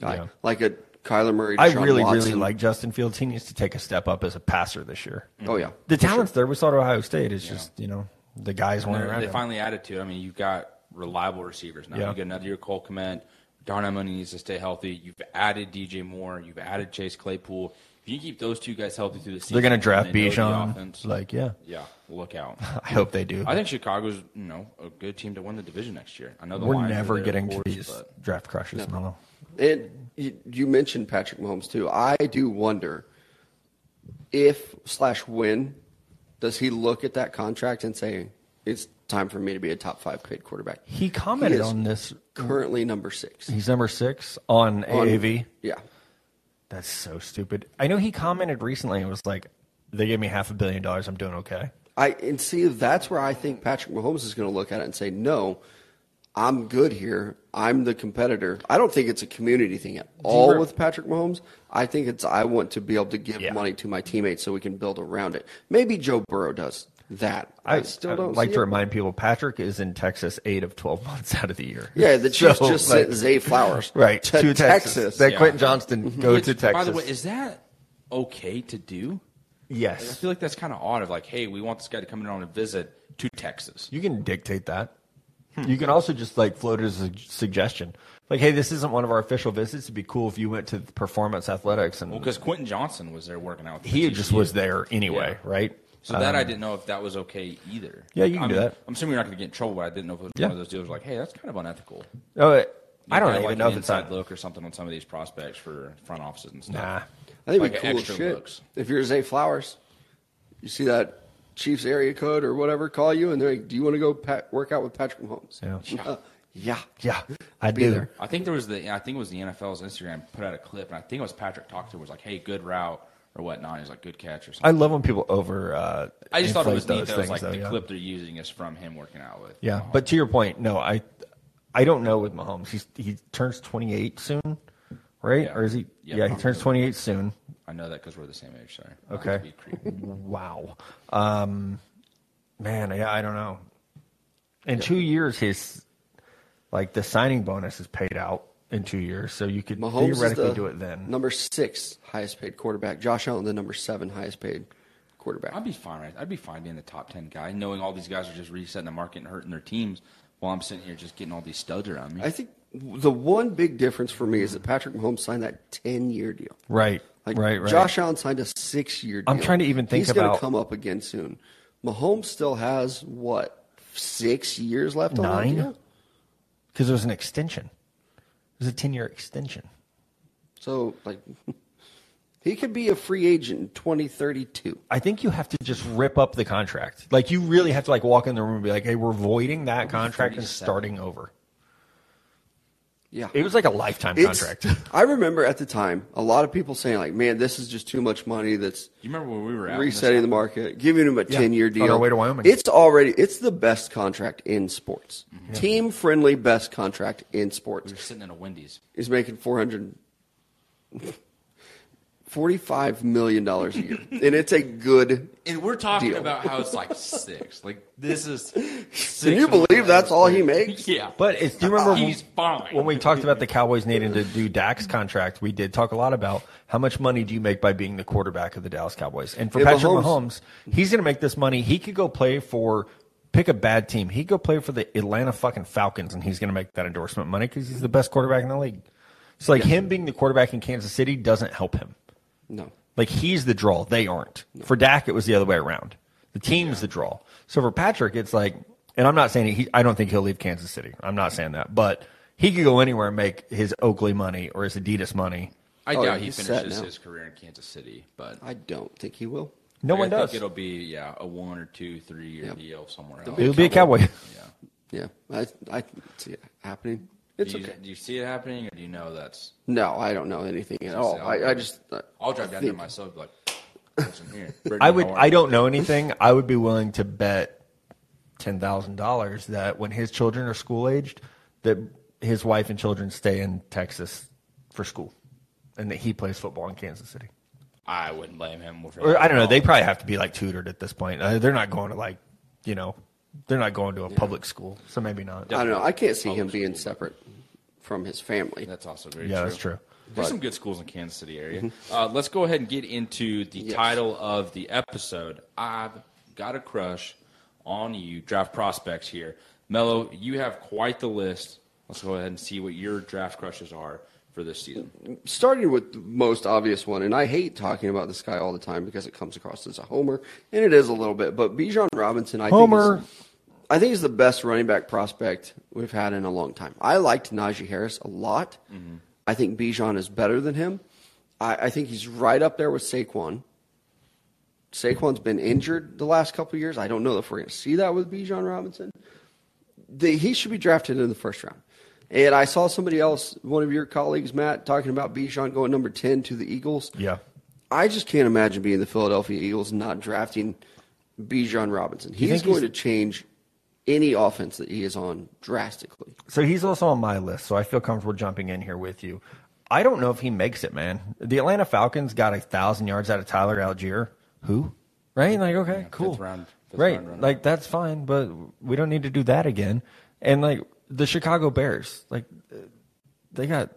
Speaker 1: guy,
Speaker 4: Yeah.
Speaker 1: like a Kyler Murray.
Speaker 4: I
Speaker 1: Deshaun
Speaker 4: really, really
Speaker 1: Watson.
Speaker 4: like Justin Fields. He needs to take a step up as a passer this year.
Speaker 1: Oh yeah,
Speaker 4: The talent's there. We saw it at Ohio State. It's just you know the guys weren't
Speaker 2: They're-
Speaker 4: around.
Speaker 2: They
Speaker 4: him.
Speaker 2: finally added to it. I mean, you've got reliable receivers now.
Speaker 4: Yeah.
Speaker 2: You got another year of Cole Komet. Darnell Money needs to stay healthy. You've added DJ Moore. You've added Chase Claypool. If you keep those two guys healthy through the season,
Speaker 4: They're going to
Speaker 2: and
Speaker 4: draft
Speaker 2: they know the
Speaker 4: Bijan.
Speaker 2: offense,
Speaker 4: Like yeah,
Speaker 2: yeah, look out.
Speaker 4: I hope they do.
Speaker 2: I think Chicago's you know a good team to win the division next year. I know the
Speaker 4: We're
Speaker 2: Lions are
Speaker 4: never
Speaker 2: there,
Speaker 4: getting
Speaker 2: of
Speaker 4: to
Speaker 2: course,
Speaker 4: these
Speaker 2: but-
Speaker 4: draft crushes, Mello.
Speaker 1: and you, you mentioned Patrick Mahomes too. I do wonder if slash when does he look at that contract and say it's time for me to be a top five paid quarterback?
Speaker 4: He commented
Speaker 1: is
Speaker 4: on this.
Speaker 1: Currently number six.
Speaker 4: He's number six on
Speaker 1: On-
Speaker 4: AAV.
Speaker 1: Yeah.
Speaker 4: That's so stupid. I know he commented recently and was like, "They gave me half a billion dollars. I'm doing okay."
Speaker 1: I and see that's where I think Patrick Mahomes is going to look at it and say, "No, I'm good here. I'm the competitor." I don't think it's a community thing at all
Speaker 4: re-
Speaker 1: with Patrick Mahomes. I think it's I want to be able to give
Speaker 4: Yeah.
Speaker 1: money to my teammates so we can build around it. Maybe Joe Burrow does that. I, still
Speaker 4: I'd
Speaker 1: don't
Speaker 4: like
Speaker 1: see
Speaker 4: to
Speaker 1: it.
Speaker 4: remind people Patrick is in Texas eight of twelve months out of the year.
Speaker 1: Yeah, the Chiefs
Speaker 4: So,
Speaker 1: just
Speaker 4: like-
Speaker 1: sent Zay Flowers
Speaker 4: right
Speaker 1: to, Texas.
Speaker 4: Texas. That
Speaker 2: Yeah. Mm-hmm.
Speaker 4: Quentin Johnston go
Speaker 2: Which,
Speaker 4: to Texas.
Speaker 2: By the way, is that okay to do? I
Speaker 4: yes,
Speaker 2: feel like that's kind of odd. Of like, hey, we want this guy to come in on a visit to Texas.
Speaker 4: You can dictate that.
Speaker 2: Hmm.
Speaker 4: You can also just like float it as a suggestion. Like, hey, this isn't one of our official visits. It'd be cool if you went to Performance Athletics and
Speaker 2: Well, because Quentin Johnson was there working out. With
Speaker 4: he
Speaker 2: the
Speaker 4: just
Speaker 2: TCU.
Speaker 4: was there anyway,
Speaker 2: Yeah.
Speaker 4: right?
Speaker 2: So that I
Speaker 4: Um,
Speaker 2: didn't know if that was okay either.
Speaker 4: Yeah, you can
Speaker 2: I
Speaker 4: do that.
Speaker 2: I'm assuming you're not going to get in trouble, but I didn't know if it was
Speaker 4: Yeah.
Speaker 2: one of those deals like, hey, that's kind of unethical.
Speaker 4: Oh, it- I don't
Speaker 2: Kinda
Speaker 4: even
Speaker 2: like
Speaker 4: know
Speaker 2: an
Speaker 4: if it's
Speaker 2: inside
Speaker 4: on.
Speaker 2: look or something on some of these prospects for front offices and stuff.
Speaker 4: Nah.
Speaker 1: I think it'd
Speaker 2: Like
Speaker 1: be cool as
Speaker 2: extra
Speaker 1: shit.
Speaker 2: looks.
Speaker 1: If you're Zay Flowers, you see that Chiefs area code or whatever call you, and they're like, "Do you want to go pat- work out with Patrick Mahomes?"
Speaker 4: Yeah.
Speaker 1: yeah. yeah.
Speaker 4: Yeah, I
Speaker 1: Be
Speaker 4: do.
Speaker 1: there.
Speaker 2: I think there was the I think it was the NFL's Instagram put out a clip, and I think it was Patrick talked to him, was like, "Hey, good route or whatnot. He's like, good catch or something.
Speaker 4: I love when people over. Uh,
Speaker 2: I just thought it was neat.
Speaker 4: those
Speaker 2: That was
Speaker 4: things,
Speaker 2: like
Speaker 4: though,
Speaker 2: the
Speaker 4: yeah.
Speaker 2: clip they're using is from him working out with. Oh,
Speaker 4: Yeah,
Speaker 2: Mahomes.
Speaker 4: but to your point, no, I, I don't know with Mahomes. He's he turns 28 soon, right?
Speaker 2: Yeah.
Speaker 4: Or is he?
Speaker 2: Yeah,
Speaker 4: yeah, he turns 28 soon.
Speaker 2: I know that because we're the same age. Sorry.
Speaker 4: Okay.
Speaker 2: Not to be creepy.
Speaker 4: Wow, um, man, yeah, I don't know. In two years, his like the signing bonus is paid out in two years, so you could
Speaker 1: Mahomes is
Speaker 4: theoretically
Speaker 1: the
Speaker 4: do it then.
Speaker 1: Number six highest paid quarterback. Josh Allen, the number seven highest paid quarterback.
Speaker 2: I'd be fine. Right? I'd be fine being the top ten guy, knowing all these guys are just resetting the market and hurting their teams, while I'm sitting here just getting all these studs around me.
Speaker 1: I think the one big difference for me is that Patrick Mahomes signed that ten-year deal.
Speaker 4: Right,
Speaker 1: Like
Speaker 4: right, right.
Speaker 1: Josh Allen signed a six-year. deal.
Speaker 4: I'm trying to even think
Speaker 1: He's gonna
Speaker 4: about-
Speaker 1: come up again soon. Mahomes still has what six years left on
Speaker 4: Nine?
Speaker 1: that deal.
Speaker 4: because there was an extension. It was a 10 year extension.
Speaker 1: So like, he could be a free agent in 2032.
Speaker 4: I think you have to just rip up the contract. Like you really have to like walk in the room and be like, "Hey, we're voiding that contract and
Speaker 2: 37.
Speaker 4: starting over."
Speaker 1: Yeah,
Speaker 4: It was like a lifetime
Speaker 1: It's-
Speaker 4: contract.
Speaker 1: I remember at the time a lot of people saying like, "Man, this is just too much money." That's
Speaker 2: you remember where we were at? when this
Speaker 1: resetting the
Speaker 2: happened?
Speaker 1: market, giving him a
Speaker 4: Yeah,
Speaker 1: ten year
Speaker 4: on
Speaker 1: deal.
Speaker 4: our way to Wyoming.
Speaker 1: It's already it's the best contract in sports.
Speaker 4: Mm-hmm.
Speaker 1: Team friendly best contract in sports.
Speaker 2: We were sitting in a Wendy's.
Speaker 1: He's making four hundred forty five million dollars a year. and it's a good
Speaker 2: And we're talking
Speaker 1: Deal.
Speaker 2: about how it's like six. Like this is. Six
Speaker 1: Can you
Speaker 2: and
Speaker 1: believe that's all he makes?
Speaker 2: Yeah,
Speaker 4: but it's, do you remember when-
Speaker 2: he's fine.
Speaker 4: when we talked about the Cowboys needing to do Dak's contract? We did talk a lot about how much money do you make by being the quarterback of the Dallas Cowboys. And for
Speaker 1: Yeah,
Speaker 4: Patrick
Speaker 1: Mahomes-
Speaker 4: Mahomes, he's going to make this money. He could go play for pick a bad team. He could go play for the Atlanta fucking Falcons, and he's going to make that endorsement money because he's the best quarterback in the league. So like him being the quarterback in Kansas City doesn't help him.
Speaker 1: No.
Speaker 4: Like he's the draw. They aren't. For Dak, it was the other way around. The team's the draw. So for Patrick, it's like, and I'm not saying he, I don't think he'll leave Kansas City. I'm not saying that, but he could go anywhere and make his Oakley money or his Adidas money.
Speaker 2: I
Speaker 1: Oh,
Speaker 2: doubt
Speaker 1: yeah,
Speaker 2: he
Speaker 1: he's set
Speaker 2: finishes
Speaker 1: now.
Speaker 2: his career in Kansas City, but
Speaker 1: I don't think he will.
Speaker 4: No
Speaker 2: Like,
Speaker 4: one
Speaker 2: I
Speaker 4: does.
Speaker 2: Think it'll be yeah a one or two three year
Speaker 1: Yeah.
Speaker 2: deal somewhere else.
Speaker 1: It'll
Speaker 4: It'll be a Cowboy.
Speaker 2: yeah.
Speaker 1: Yeah. I I see it happening. It's
Speaker 2: do you,
Speaker 1: okay.
Speaker 2: Do you see it happening, or do you know that's?
Speaker 1: No, I don't know anything at all. I, I just uh,
Speaker 2: I'll drive down there
Speaker 1: think-
Speaker 2: myself. Like, listen here. Brittany,
Speaker 4: I would.
Speaker 2: how are
Speaker 4: I
Speaker 2: you?"
Speaker 4: don't know anything. I would be willing to bet ten thousand dollars that when his children are school aged, that his wife and children stay in Texas for school, and that he plays football in Kansas City.
Speaker 2: I wouldn't blame him. For
Speaker 4: Or I don't know.
Speaker 2: that.
Speaker 4: They probably have to be like tutored at this point. Uh, they're not going to like, you know, they're not going to a public school, so maybe not.
Speaker 1: I don't know. I can't see him
Speaker 2: Public
Speaker 1: being
Speaker 2: school.
Speaker 1: separate from his family.
Speaker 2: That's also very
Speaker 4: Yeah,
Speaker 2: true.
Speaker 4: that's true.
Speaker 2: There's some good schools in Kansas City area. Uh, let's go ahead and get into the
Speaker 1: Yes.
Speaker 2: title of the episode. I've got a crush on you, draft prospects here. Mello, you have quite the list. Let's go ahead and see what your draft crushes are for this season.
Speaker 1: starting with the most obvious one, and I hate talking about this guy all the time because it comes across as a homer, and it is a little bit. But Bijan Robinson, I
Speaker 4: Homer.
Speaker 1: think, is, I think he's the best running back prospect we've had in a long time. I liked Najee Harris a lot.
Speaker 2: Mm-hmm.
Speaker 1: I think Bijan is better than him. I, I think he's right up there with Saquon. Saquon's been injured the last couple of years. I don't know if we're going to see that with Bijan Robinson the, he should be drafted in the first round. And I saw somebody else, one of your colleagues, Matt, talking about Bijan going number ten to the Eagles.
Speaker 4: Yeah.
Speaker 1: I just can't imagine being the Philadelphia Eagles and not drafting Bijan Robinson. He is
Speaker 4: think he's-
Speaker 1: going to change any offense that he is on drastically.
Speaker 4: So he's also on my list, so I feel comfortable jumping in here with you. I don't know if he makes it, man. The Atlanta Falcons got a thousand yards out of Tyler Algier. Who? Right? Like, okay, cool.
Speaker 2: round- fifth
Speaker 4: right.
Speaker 2: round runner.
Speaker 4: like that's fine, but we don't need to do that again. And like the Chicago Bears, like uh, they got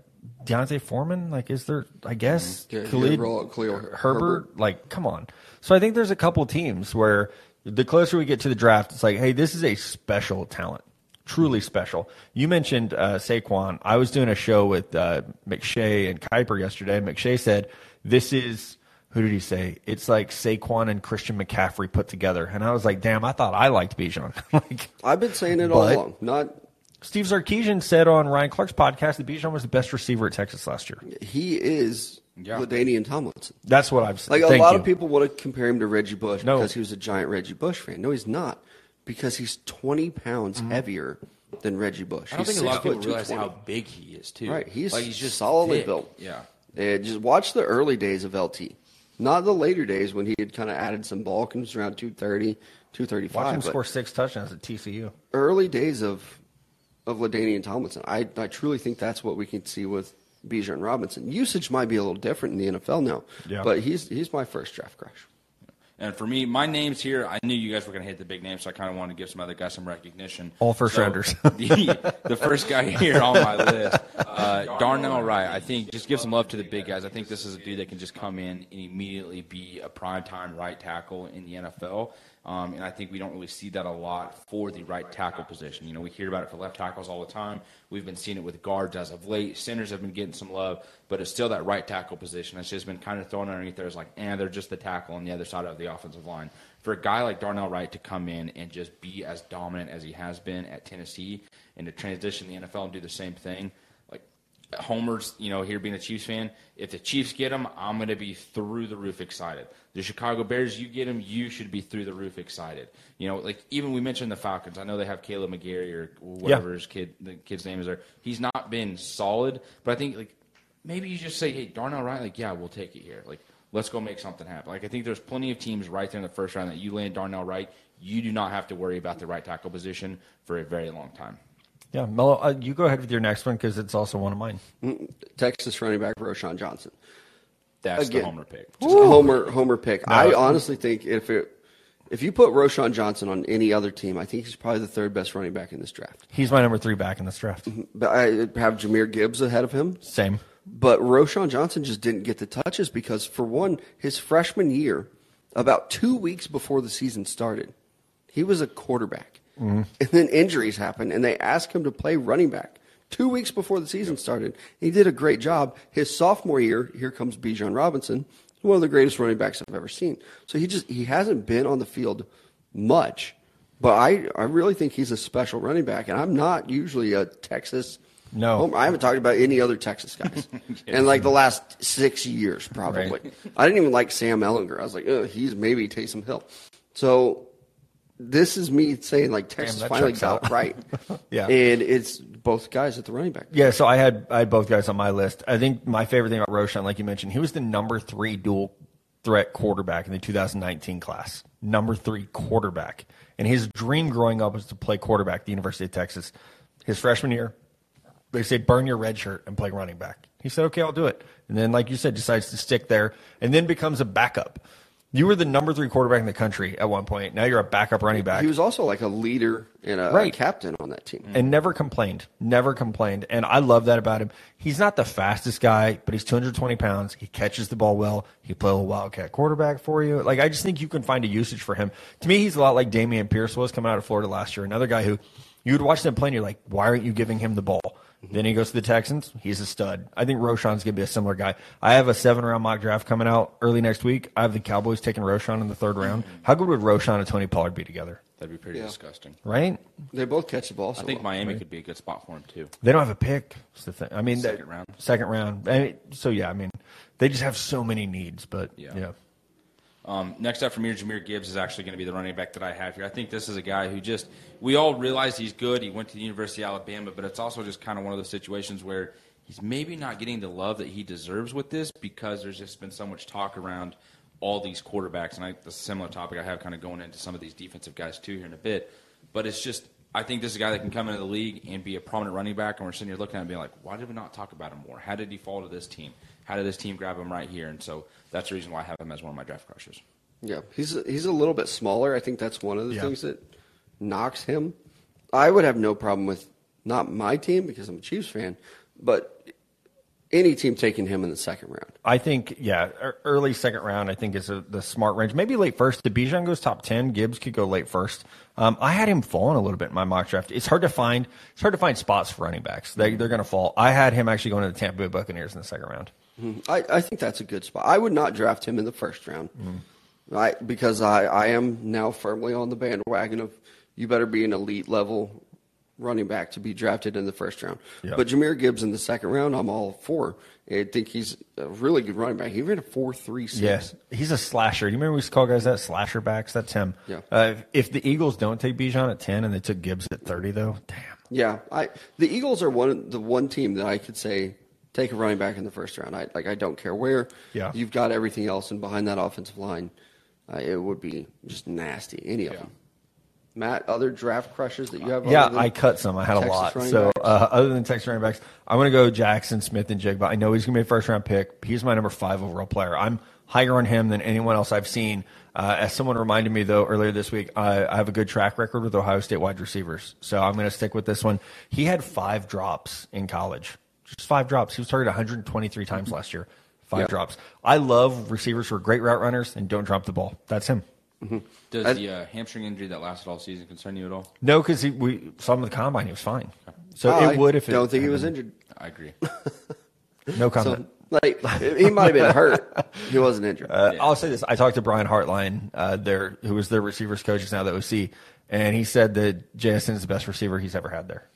Speaker 4: Deontay Foreman. Like, is there? I guess
Speaker 1: Yeah,
Speaker 4: Khalid
Speaker 1: you're all- Khalil
Speaker 4: Herbert,
Speaker 1: Herbert.
Speaker 4: Like, come on. So I think there's a couple teams where the closer we get to the draft, it's like, hey, this is a special talent, truly special. You mentioned uh, Saquon. I was doing a show with uh, McShay and Kuiper yesterday. and McShay said, "This is." Who did he say? It's like Saquon and Christian McCaffrey put together. And I was like, damn, I thought I liked Bijan. like,
Speaker 1: I've been saying it
Speaker 4: But-
Speaker 1: all along. Not
Speaker 4: Steve Sarkeesian said on Ryan Clark's podcast that Bijan was the best receiver at Texas last year.
Speaker 1: he is
Speaker 2: Yeah.
Speaker 1: Ladainian Tomlinson.
Speaker 4: That's what I've said.
Speaker 1: Like a
Speaker 4: Thank
Speaker 1: lot
Speaker 4: you.
Speaker 1: of people want to compare him to Reggie Bush
Speaker 4: No.
Speaker 1: because he was a giant Reggie Bush fan. No, he's not because he's twenty pounds
Speaker 4: Mm-hmm.
Speaker 1: heavier than Reggie Bush.
Speaker 2: I don't
Speaker 1: he's
Speaker 2: think a lot
Speaker 1: six
Speaker 2: of
Speaker 1: foot
Speaker 2: people realize
Speaker 1: 220.
Speaker 2: how big he is too.
Speaker 1: Right, he's
Speaker 2: like he's just
Speaker 1: solidly
Speaker 2: thick.
Speaker 1: built.
Speaker 2: Yeah,
Speaker 1: And just watch the early days of LT. Not the later days when he had kind of added some bulk and was around 230, 235.
Speaker 4: Watch him
Speaker 1: but
Speaker 4: score six touchdowns at TCU.
Speaker 1: early days of of Ladainian Tomlinson. I, I truly think that's what we can see with Bijan Robinson. Usage might be a little different in the NFL now,
Speaker 4: Yeah.
Speaker 1: but he's he's my first draft crush.
Speaker 2: And for me, my names here, I knew you guys were going to hit the big names, so I kind of wanted to give some other guys some recognition.
Speaker 4: All first
Speaker 2: So,
Speaker 4: rounders.
Speaker 2: the, the first guy here on my list, uh, Darnell Wright. I think just give some love to the big guys. I think this is a dude that can just come in and immediately be a primetime right tackle in the NFL. Um, and I think we don't really see that a lot for the right tackle position. You know, we hear about it for left tackles all the time. We've been seeing it with guards as of late. Centers have been getting some love, but it's still that right tackle position that's just been kind of thrown underneath there as like, eh, they're just the tackle on the other side of the offensive line. For a guy like Darnell Wright to come in and just be as dominant as he has been at Tennessee and to transition the NFL and do the same thing, like Homer's, you know, here being a Chiefs fan, if the Chiefs get him, I'm going to be through the roof excited. The Chicago Bears, you get him, you should be through the roof excited. You know, like even we mentioned the Falcons. I know they have Caleb McGarry or whatever his kid, the kid's name is there. He's not been solid, but I think like maybe you just say, hey, Darnell Wright, like yeah, we'll take it here. Like let's go make something happen. Like I think there's plenty of teams right there in the first round that you land Darnell Wright, you do not have to worry about the right tackle position for a very long time.
Speaker 4: Yeah, Mello, uh, you go ahead with your next one because it's also one of mine.
Speaker 1: Texas running back Roshan Johnson.
Speaker 2: That's
Speaker 1: Again.
Speaker 2: the Homer pick.
Speaker 1: Just a homer homer pick. I honestly think if it if you put Roshan Johnson on any other team, I think he's probably the third best running back in this draft.
Speaker 4: He's my number three back in this draft.
Speaker 1: But I have Jameer Gibbs ahead of him.
Speaker 4: Same.
Speaker 1: But Roshan Johnson just didn't get the touches because, for one, his freshman year, about two weeks before the season started, he was a quarterback. And then injuries happened, and they asked him to play running back two weeks before the season started. He did a great job. His sophomore year, here comes Bijan Robinson, one of the greatest running backs I've ever seen. So he just he hasn't been on the field much. But I, I really think he's a special running back, and I'm not usually a Texas
Speaker 4: No.
Speaker 1: homer. I haven't talked about any other Texas guys in like the last six years, probably. I didn't even like Sam Ellinger. I was like, Ugh, he's maybe Taysom Hill. So this is me saying like Texas
Speaker 4: that
Speaker 1: finally
Speaker 4: checks
Speaker 1: got
Speaker 4: out.
Speaker 1: right.
Speaker 4: Yeah.
Speaker 1: and it's both guys at the running back.
Speaker 4: Yeah, so I had I had both guys on my list. I think my favorite thing about Roshan, like you mentioned, he was the number three dual threat quarterback in the 2019 class. Number three quarterback, and his dream growing up was to play quarterback at the University of Texas. His freshman year, they say burn your red shirt and play running back. He said, okay, I'll do it. And then, like you said, decides to stick there and then becomes a backup. You were the number three quarterback in the country at one point. Now you're a backup running back
Speaker 1: He was also like a leader and a, a
Speaker 4: Right. Mm.
Speaker 1: captain on that team.
Speaker 4: and never complained. Never complained. And I love that about him. He's not the fastest guy, but he's 220 pounds. He catches the ball well. He play a little wildcat quarterback for you. Like I just think you can find a usage for him. To me, he's a lot like Damian Pierce was coming out of Florida last year. Another guy who you would watch them play and you're like, why aren't you giving him the ball? Then he goes to the Texans. He's a stud. I think Roshan's going to be a similar guy. I have a seven round mock draft coming out early next week. I have the Cowboys taking Roshan in the third round. How good would Roshan and Tony Pollard be together?
Speaker 2: That'd be pretty
Speaker 1: Yeah.
Speaker 2: disgusting.
Speaker 4: Right?
Speaker 1: They both catch the ball. So
Speaker 2: I think
Speaker 1: well.
Speaker 2: Miami could be a good spot for him too.
Speaker 4: They don't have a pick. It's the thing. I mean,
Speaker 2: Second
Speaker 4: that-
Speaker 2: round.
Speaker 4: Second round. I mean, so yeah, I mean, they just have so many needs. But yeah,
Speaker 2: Yeah. Um, next up from here, Jameer Gibbs is actually going to be the running back that I have here. I think this is a guy who just we all realize he's good. He went to the University of Alabama, but it's also just kind of one of those situations where he's maybe not getting the love that he deserves with this because there's just been so much talk around all these quarterbacks, and I, that's a similar topic I have kind of going into some of these defensive guys too here in a bit. But it's just I think this is a guy that can come into the league and be a prominent running back, and we're sitting here looking at him being like, why did we not talk about him more? How did he fall to this team? How did this team grab him right here? And so that's the reason why I have him as one of my draft crushers.
Speaker 1: Yeah, he's he's a little bit smaller. I think that's one of the
Speaker 4: Yeah.
Speaker 1: things that knocks him. I would have no problem with not my team because I'm a Chiefs fan, but any team taking him in the second round.
Speaker 4: I think yeah, ear- early second round I think is a, the smart range. Maybe late first. If Bijan goes top ten, Gibbs could go late first. Um, I had him falling a little bit in my mock draft. It's hard to find. It's hard to find spots for running backs. They they're going to fall. I had him actually going to the Tampa Bay Buccaneers in the second round. Mm-hmm.
Speaker 1: I, I think that's a good spot. I would not draft him in the first round,
Speaker 4: Mm-hmm.
Speaker 1: I, because I, I am now firmly on the bandwagon of you better be an elite level running back to be drafted in the first round.
Speaker 4: Yeah.
Speaker 1: But Jameer Gibbs in the second round, I'm all for. I think he's a really good running back. He ran a four three six.
Speaker 4: Yes, he's a slasher. You remember we used to call guys that slasher backs? That's him.
Speaker 1: Yeah.
Speaker 4: Uh, if, if the Eagles don't take Bijan at ten and they took Gibbs at thirty, though, damn.
Speaker 1: Yeah, I the Eagles are one the one team that I could say Take a running back in the first round. I like. I don't care where.
Speaker 4: Yeah.
Speaker 1: You've got everything else, and behind that offensive line, uh, it would be just nasty. Any of
Speaker 2: Yeah.
Speaker 1: them. Matt, other draft crushes that you have?
Speaker 4: yeah,
Speaker 1: other than
Speaker 4: I cut some. I had
Speaker 1: Texas
Speaker 4: a lot.
Speaker 1: running
Speaker 4: So
Speaker 1: backs?
Speaker 4: uh, other than Texas running backs, I'm going to go Jackson Smith and Jigba. I know he's going to be a first round pick. He's my number five overall player. I'm higher on him than anyone else I've seen. Uh, as someone reminded me though earlier this week, I, I have a good track record with Ohio State wide receivers. So I'm going to stick with this one. He had five drops in college. Just five drops. He was targeted 123 times last year. Five
Speaker 1: Yeah.
Speaker 4: drops. I love receivers who are great route runners and don't drop the ball. That's him.
Speaker 2: Does
Speaker 1: I-
Speaker 2: the uh, hamstring injury that lasted all season concern you at all?
Speaker 4: No, because we saw him at the combine. He was fine. So
Speaker 1: Oh, I
Speaker 4: it would if it
Speaker 1: don't think he was
Speaker 4: happened.
Speaker 1: injured.
Speaker 2: I agree.
Speaker 4: No
Speaker 1: So,
Speaker 4: comment.
Speaker 1: like he might have been hurt. He wasn't injured.
Speaker 4: uh, I'll say this: I talked to Brian Hartline, uh, there, who is their receivers coach is now the OC, and he said that Jason is the best receiver he's ever had there.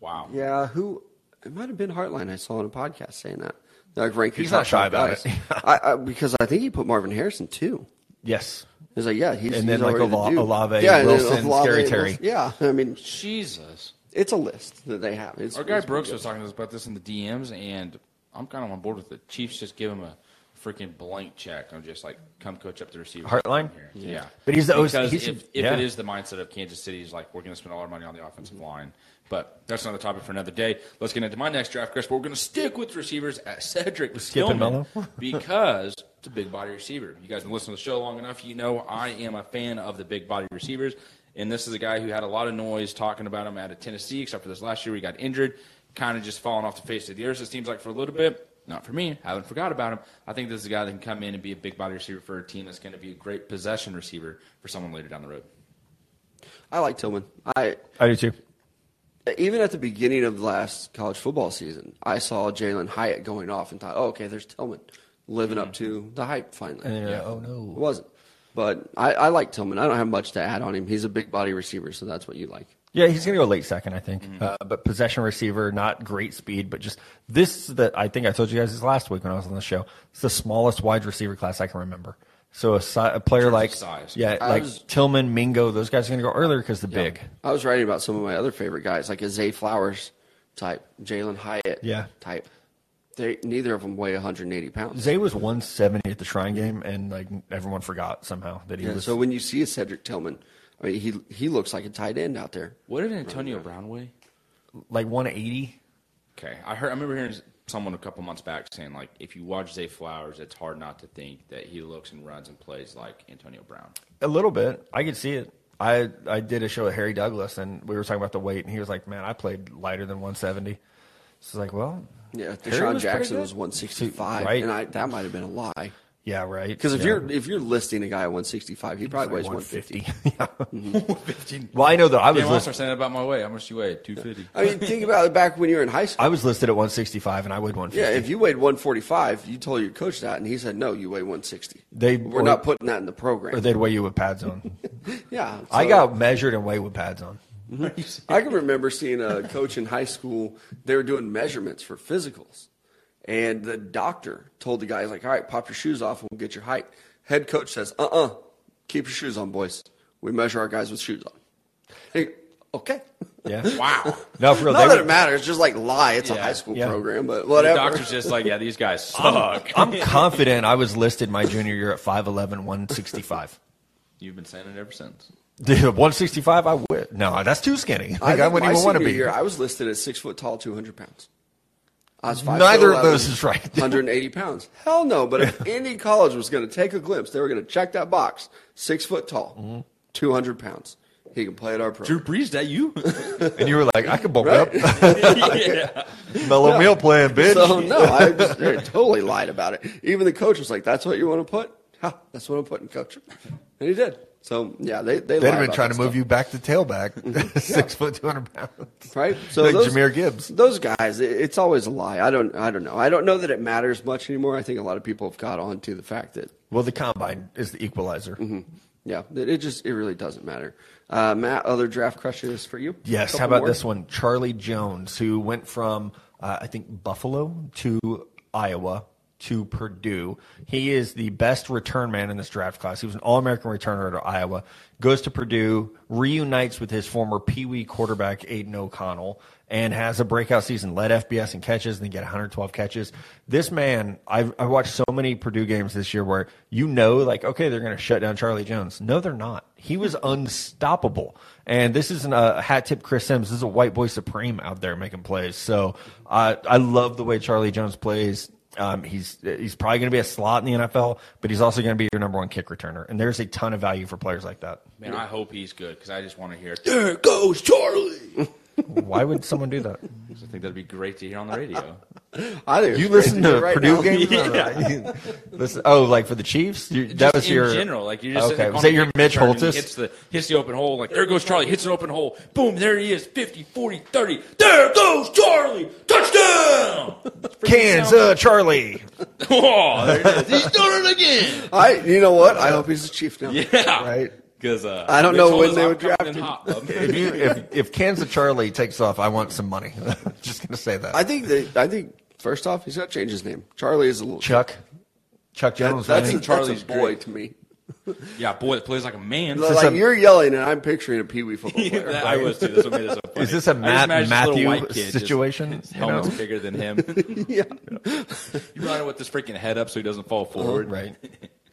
Speaker 2: Wow.
Speaker 1: Yeah, who? It might have been Heartline. I saw on a podcast saying that. Like rank your
Speaker 4: He's
Speaker 1: top
Speaker 4: not shy
Speaker 1: five
Speaker 4: about
Speaker 1: guys.
Speaker 4: it.
Speaker 1: I, I, because I think he put Marvin Harrison too.
Speaker 4: Yes,
Speaker 1: He's like, yeah, he's
Speaker 4: And then,
Speaker 1: he's
Speaker 4: like,
Speaker 1: already the
Speaker 4: Ola-
Speaker 1: dude.
Speaker 4: Olave,
Speaker 1: yeah, and then
Speaker 4: Wilson,
Speaker 1: Olave,
Speaker 4: Scary
Speaker 1: Wilson.
Speaker 4: Terry.
Speaker 1: Yeah, I mean,
Speaker 2: Jesus.
Speaker 1: it's a list that they have. It's,
Speaker 2: Our guy
Speaker 1: it's pretty
Speaker 2: Brooks
Speaker 1: good.
Speaker 2: was talking to us about this in the DMs, and I'm kind of on board with the Chiefs. Just give him a freaking blank check. I'm just like, come coach up the receiver.
Speaker 4: Heartline?
Speaker 2: Yeah.
Speaker 4: But he's the OC.
Speaker 2: because
Speaker 4: He's-
Speaker 2: if, if
Speaker 4: yeah.
Speaker 2: it is the mindset of Kansas City, is like we're going to spend all our money on the offensive line. But that's another topic for another day. Let's get into my next draft, Chris. But we're going to stick with receivers at Cedric
Speaker 4: skipping
Speaker 2: Tillman
Speaker 4: Melo?
Speaker 2: because it's a big body receiver. You guys have been listening to the show long enough. You know I am a fan of the big body receivers, and this is a guy who had a lot of noise talking about him out of Tennessee, except for this last year where he got injured, kind of just falling off the face of the earth. It seems like for a little bit. Not for me. Haven't forgot about him. I think this is a guy that can come in and be a big body receiver for a team that's going to be a great possession receiver for someone later down the road.
Speaker 1: I like Tillman. I
Speaker 4: I do too.
Speaker 1: even at the beginning of last college football season, I saw Jalen Hyatt going off and thought, oh, okay, there's Tillman living up to the hype finally.
Speaker 4: And then you're
Speaker 2: Yeah.
Speaker 4: like, oh no,
Speaker 1: It wasn't. But I, I like Tillman. I don't have much to add on him. He's a big body receiver, so that's what you like.
Speaker 4: Yeah, he's going to go late second, I think. Uh, but possession receiver, not great speed, but just this that I think I told you guys this last week when I was on the show. It's the smallest wide receiver class I can remember. So a, si- a player like
Speaker 2: size.
Speaker 4: yeah,
Speaker 1: I
Speaker 4: like
Speaker 1: was-
Speaker 4: Tillman, Mingo, those guys are going to go earlier because the big.
Speaker 1: I was writing about some of my other favorite guys, like a Zay Flowers type, Jalen Hyatt
Speaker 4: Yeah.
Speaker 1: type. They neither of them weigh 180 pounds.
Speaker 4: Zay was 170 at the Shrine game, and like everyone forgot somehow that he
Speaker 1: Yeah,
Speaker 4: was.
Speaker 1: so when you see a Cedric Tillman, I mean, he he looks like a tight end out there.
Speaker 2: What did Antonio Brown weigh?
Speaker 4: like 180.
Speaker 2: Okay, I heard. I remember hearing someone a couple months back saying like, if you watch Zay Flowers, it's hard not to think that he looks and runs and plays like Antonio Brown.
Speaker 4: A little bit. I could see it. I I did a show with Harry Douglas, and we were talking about the weight, and he was like, "Man, I played lighter than 170." So I was like, "Well,
Speaker 1: Yeah,
Speaker 4: Perry
Speaker 1: Deshaun
Speaker 4: was pretty
Speaker 1: Jackson
Speaker 4: good.
Speaker 1: was 165,
Speaker 4: Right.
Speaker 1: and I, that might have been a lie.
Speaker 4: yeah, right."
Speaker 1: Because if
Speaker 4: Yeah.
Speaker 1: you're if you're listing a guy at 165, he probably weighs 150.
Speaker 4: Well, I know that I was
Speaker 2: Damn, I'll
Speaker 4: listed.
Speaker 2: start saying that about my way. How much do you weigh? Two fifty.
Speaker 1: I mean, think about it back when you were in high school.
Speaker 4: I was listed at 165, and I weighed 150.
Speaker 1: Yeah, if you weighed 145, you told your coach that, and he said, "No, you weigh 160."
Speaker 4: They-
Speaker 1: we're
Speaker 4: or-
Speaker 1: not putting that in the program.
Speaker 4: or they'd weigh you with pads on.
Speaker 1: yeah,
Speaker 4: I
Speaker 1: so-
Speaker 4: got measured and weighed with pads on.
Speaker 1: I can remember seeing a coach in high school. They were doing measurements for physicals, and the doctor told the guys, "Like, all right, pop your shoes off, and we'll get your height." Head coach says, "Uh, uh keep your shoes on, boys. We measure our guys with shoes on." Hey, okay.
Speaker 4: Yeah.
Speaker 2: Wow.
Speaker 4: No, for real.
Speaker 1: Not
Speaker 4: They
Speaker 1: that it
Speaker 4: would-
Speaker 1: matters. Just like lie. It's a
Speaker 2: Yeah.
Speaker 1: high school
Speaker 4: Yeah.
Speaker 1: program, but
Speaker 2: the
Speaker 1: whatever.
Speaker 2: doctor's just like, yeah, these guys suck.
Speaker 4: I'm confident I was listed my junior year at 5'11", 165.
Speaker 2: You've been saying it ever since.
Speaker 4: Dude, 165, I would. No, that's too skinny. Like, I,
Speaker 1: think my
Speaker 4: wouldn't even want to
Speaker 1: senior
Speaker 4: be.
Speaker 1: Year, I was listed as six foot tall, two hundred pounds. I was five
Speaker 4: Neither
Speaker 1: foot
Speaker 4: of
Speaker 1: 11,
Speaker 4: those is right.
Speaker 1: 180 pounds. Hell no. But if any college was going to take a glimpse, they were going to check that box. Six foot tall,
Speaker 4: Mm-hmm.
Speaker 1: 200 pounds. He can play at our
Speaker 2: Drew
Speaker 1: pro.
Speaker 2: Brees, that you?
Speaker 4: And you were like, I could bulk up.
Speaker 2: yeah.
Speaker 4: Mellow meal plan, bitch.
Speaker 1: So no, I just, they totally lied about it. Even the coach was like, "That's what you want to put? Ha, that's what I'm putting, coach." And he did. So yeah, they they
Speaker 4: They'd
Speaker 1: lie
Speaker 4: have been
Speaker 1: about
Speaker 4: trying
Speaker 1: that
Speaker 4: to move
Speaker 1: stuff.
Speaker 4: you back to tailback. Six foot, 200 pounds.
Speaker 1: right? So
Speaker 4: Like Jahmyr Gibbs.
Speaker 1: those guys, it, it's always a lie. I don't, I don't know. I don't know that it matters much anymore. I think a lot of people have got on to the fact that,
Speaker 4: Well, the combine is the equalizer.
Speaker 1: Mm-hmm. yeah, that it just, it really doesn't matter. Uh, Matt, other draft crushes for you?
Speaker 4: Yes.
Speaker 1: Couple
Speaker 4: How about
Speaker 1: more?
Speaker 4: this one? Charlie Jones, who went from, uh, I think, Buffalo to Iowa to Purdue. He is the best return man in this draft class. He was an All American returner at Iowa, goes to Purdue, reunites with his former Pee Wee quarterback, Aiden O'Connell, and has a breakout season, led FBS in catches, and he get 112 catches. This man, I've, i watched so many Purdue games this year where you know, like, okay, they're going to shut down Charlie Jones. No, they're not. He was
Speaker 2: Hmm.
Speaker 4: unstoppable. And this isn't a hat tip Chris Sims. This is a white boy supreme out there making plays. So I, I love the way Charlie Jones plays. Um, he's he's probably going to be a slot in the NFL, but he's also going to be your number one kick returner. And there's a ton of value for players like that.
Speaker 2: Man, I hope he's good because I just want to hear "There goes Charlie."
Speaker 4: Why would someone do that?
Speaker 2: 'Cause I think that'd be great to hear on the radio.
Speaker 1: I think it's
Speaker 4: You
Speaker 1: great
Speaker 4: listen
Speaker 1: do
Speaker 4: to
Speaker 1: it right
Speaker 4: Purdue
Speaker 1: now.
Speaker 4: games? Yeah. listen, oh, like for the Chiefs? You, that
Speaker 2: Just
Speaker 4: was
Speaker 2: in
Speaker 4: your
Speaker 2: general, like you're just sitting
Speaker 4: okay.
Speaker 2: there
Speaker 4: Was
Speaker 2: calling
Speaker 4: that your
Speaker 2: a kick
Speaker 4: Mitch
Speaker 2: return and he
Speaker 4: Holtis?
Speaker 2: Hits the hits the open hole. Like there goes Charlie. Hits an open hole. Boom! There he is. 50, 40, 30. There goes Charlie. Touchdown!
Speaker 4: Cans, uh, Charlie.
Speaker 2: oh, there it is. He's done it again.
Speaker 1: I, you know what? I hope he's the chief now.
Speaker 2: Yeah.
Speaker 1: Right.
Speaker 2: Because uh,
Speaker 1: I don't
Speaker 2: Mitch
Speaker 1: know
Speaker 2: Holtis,
Speaker 1: when they
Speaker 2: I'm
Speaker 1: would
Speaker 2: coming
Speaker 1: draft
Speaker 2: in
Speaker 1: him.
Speaker 2: hot, bub.
Speaker 4: If you if if Cans of Charlie takes off, I want some money. Just gonna say that.
Speaker 1: I think that I think first off, he's got to change his name. Charlie is a little
Speaker 4: Chuck, Chuck
Speaker 1: That-
Speaker 4: Jones.
Speaker 1: that's,
Speaker 4: I
Speaker 1: a,
Speaker 4: mean,
Speaker 2: think
Speaker 1: Charlie's
Speaker 2: Charlie's
Speaker 1: boy
Speaker 2: great.
Speaker 1: to me.
Speaker 2: yeah, boy, that plays like a man.
Speaker 1: Like,
Speaker 4: a-
Speaker 1: you're yelling, and I'm picturing a Pee Wee football player.
Speaker 2: That- I was too. That's what made it so funny.
Speaker 4: Is this a
Speaker 2: I just
Speaker 4: Matt-
Speaker 2: imagine this little
Speaker 4: Matthew
Speaker 2: white kid just-
Speaker 4: situation,
Speaker 2: His
Speaker 4: you
Speaker 2: helmet's
Speaker 4: know?
Speaker 2: bigger than him.
Speaker 1: yeah.
Speaker 2: you run it with this freaking head up so he doesn't fall forward.
Speaker 4: right.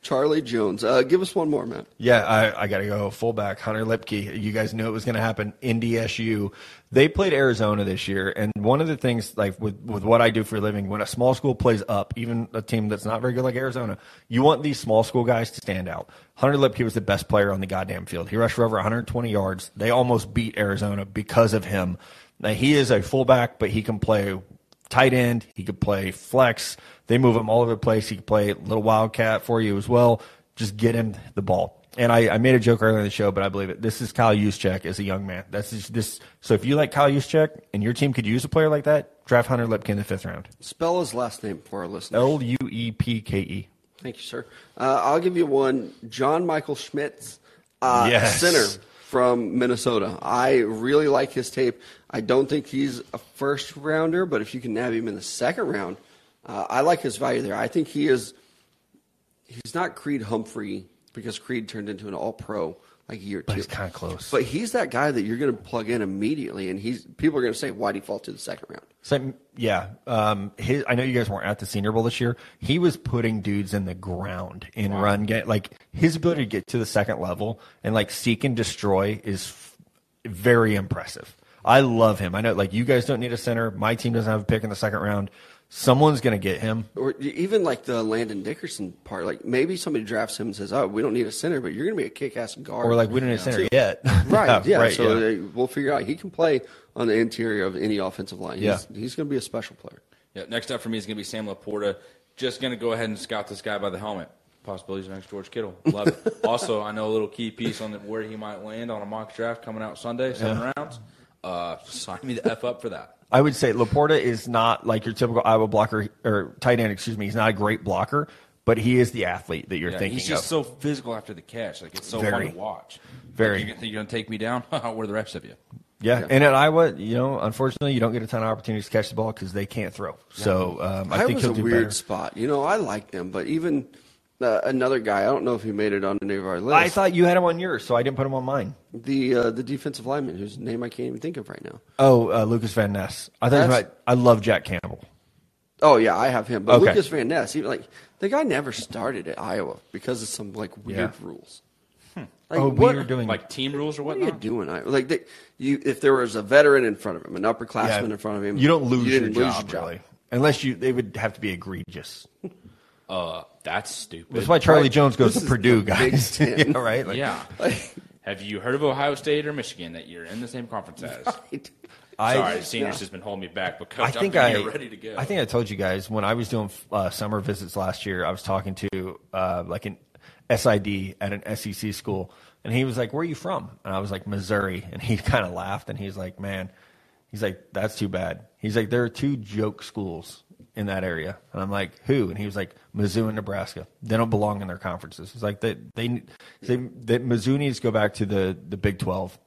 Speaker 1: Charlie Jones. Uh, give us one more, Matt.
Speaker 4: Yeah, I, I got to go fullback Hunter Lipke. You guys knew it was going to happen. NDSU, they played Arizona this year, and one of the things like with with what I do for a living, when a small school plays up, even a team that's not very good like Arizona, you want these small school guys to stand out. Hunter Lipke was the best player on the goddamn field. He rushed for over 120 yards. They almost beat Arizona because of him. Now he is a fullback, but he can play tight end. He could play flex. They move him all over the place. He could play little wildcat for you as well. Just get him the ball. And I, I made a joke earlier in the show, but I believe it. This is Kyle Juszczyk as a young man. That's just this. So if you like Kyle Juszczyk and your team could use a player like that, draft Hunter Lipke in the fifth round.
Speaker 1: Spell his last name for our listeners.
Speaker 4: L U E P K E.
Speaker 1: Thank you, sir. Uh, I'll give you one. John Michael Schmitz, uh,
Speaker 4: Yes.
Speaker 1: center from Minnesota. I really like his tape. I don't think he's a first rounder, but if you can nab him in the second round, uh, I like his value there. I think he is. He's not Creed Humphrey because Creed turned into an All Pro like a year or two.
Speaker 4: But he's kind of close.
Speaker 1: But he's that guy that you're going to plug in immediately, and he's people are going to say, "Why would he fall to the second round?"
Speaker 4: Same, yeah. Um, his, I know you guys weren't at the Senior Bowl this year. He was putting dudes in the ground in run game. Like his ability to get to the second level and like seek and destroy is f- very impressive. I love him. I know like you guys don't need a center. My team doesn't have a pick in the second round. Someone's gonna get him.
Speaker 1: Or e, even like the Landon Dickerson part, like maybe somebody drafts him and says, "Oh, we don't need a center, but you're going to be a kick-ass guard."
Speaker 4: Or like we don't need a center yet.
Speaker 1: right? Yeah, so
Speaker 4: yeah.
Speaker 1: they- we'll figure out. He can play on the interior of any offensive line. He's, he's going to be a special player.
Speaker 2: Yeah, next up for me is going to be Sam Laporta. Just going to go ahead and scout this guy by the helmet. Possibilities next George Kittle. Love it. also, I know a little key piece on the, where he might land on a mock draft coming out Sunday, seven rounds. Uh, sign me the F up for that.
Speaker 4: I would say Laporta is not like your typical Iowa blocker or tight end. Excuse me. He's not a great blocker, but he is the athlete that you're
Speaker 2: Yeah,
Speaker 4: thinking
Speaker 2: he's just
Speaker 4: of.
Speaker 2: so physical after the catch. Like, it's so
Speaker 4: Very.
Speaker 2: fun to watch.
Speaker 4: Very.
Speaker 2: Like, you think you're going to take me down? where are the rest of you?
Speaker 4: Yeah. and at Iowa, you know, unfortunately, you don't get a ton of opportunities to catch the ball because they can't throw. So um, I,
Speaker 1: I
Speaker 4: think
Speaker 1: was
Speaker 4: he'll
Speaker 1: a
Speaker 4: do
Speaker 1: weird
Speaker 4: better.
Speaker 1: spot. You know, I liked him, but even uh, another guy, I don't know if he made it on any of our list.
Speaker 4: I thought you had him on yours, so I didn't put him on mine.
Speaker 1: the uh, the defensive lineman, whose name I can't even think of right now.
Speaker 4: Oh, uh, Lucas Van Ness. I thought you
Speaker 1: That's-
Speaker 4: might- I love Jack Campbell.
Speaker 1: Oh yeah, I have him. But
Speaker 4: Okay.
Speaker 1: Lucas Van Ness, even like the guy never started at Iowa because of some like weird
Speaker 4: Yeah.
Speaker 1: rules. Like,
Speaker 4: oh,
Speaker 1: what,
Speaker 4: we were doing
Speaker 2: Like team rules or
Speaker 1: what are you
Speaker 2: whatnot?
Speaker 1: doing? Iowa? Like they, you, if there was a veteran in front of him, an upperclassman
Speaker 4: yeah,
Speaker 1: in front of him,
Speaker 4: You don't lose, your,
Speaker 1: didn't
Speaker 4: job, really, unless you. They would have to be egregious.
Speaker 2: Uh, that's stupid.
Speaker 4: That's why Charlie Jones goes
Speaker 1: This
Speaker 4: to
Speaker 1: is
Speaker 4: Purdue,
Speaker 1: the Big
Speaker 4: guys.
Speaker 1: Ten.
Speaker 4: yeah, right. Like,
Speaker 2: yeah.
Speaker 1: Like,
Speaker 2: Have you heard of Ohio State or Michigan that you're in the same conference as?
Speaker 1: it-
Speaker 4: I-
Speaker 2: Sorry, seniors has been holding me back, but coach,
Speaker 4: I think
Speaker 2: I'm
Speaker 4: I,
Speaker 2: gonna get ready to go.
Speaker 4: I think I told you guys when I was doing uh, summer visits last year, I was talking to uh, like an SID at an SEC school, and he was like, "Where are you from?" And I was like, "Missouri," and he kind of laughed, and he's like, "Man," he's like, "That's too bad." He's like, "There are two joke schools in that area," and I'm like, "Who?" And he was like, "Mizzou and Nebraska. They don't belong in their conferences." It's like they they, they that Mizzou needs to go back to the the Big Twelve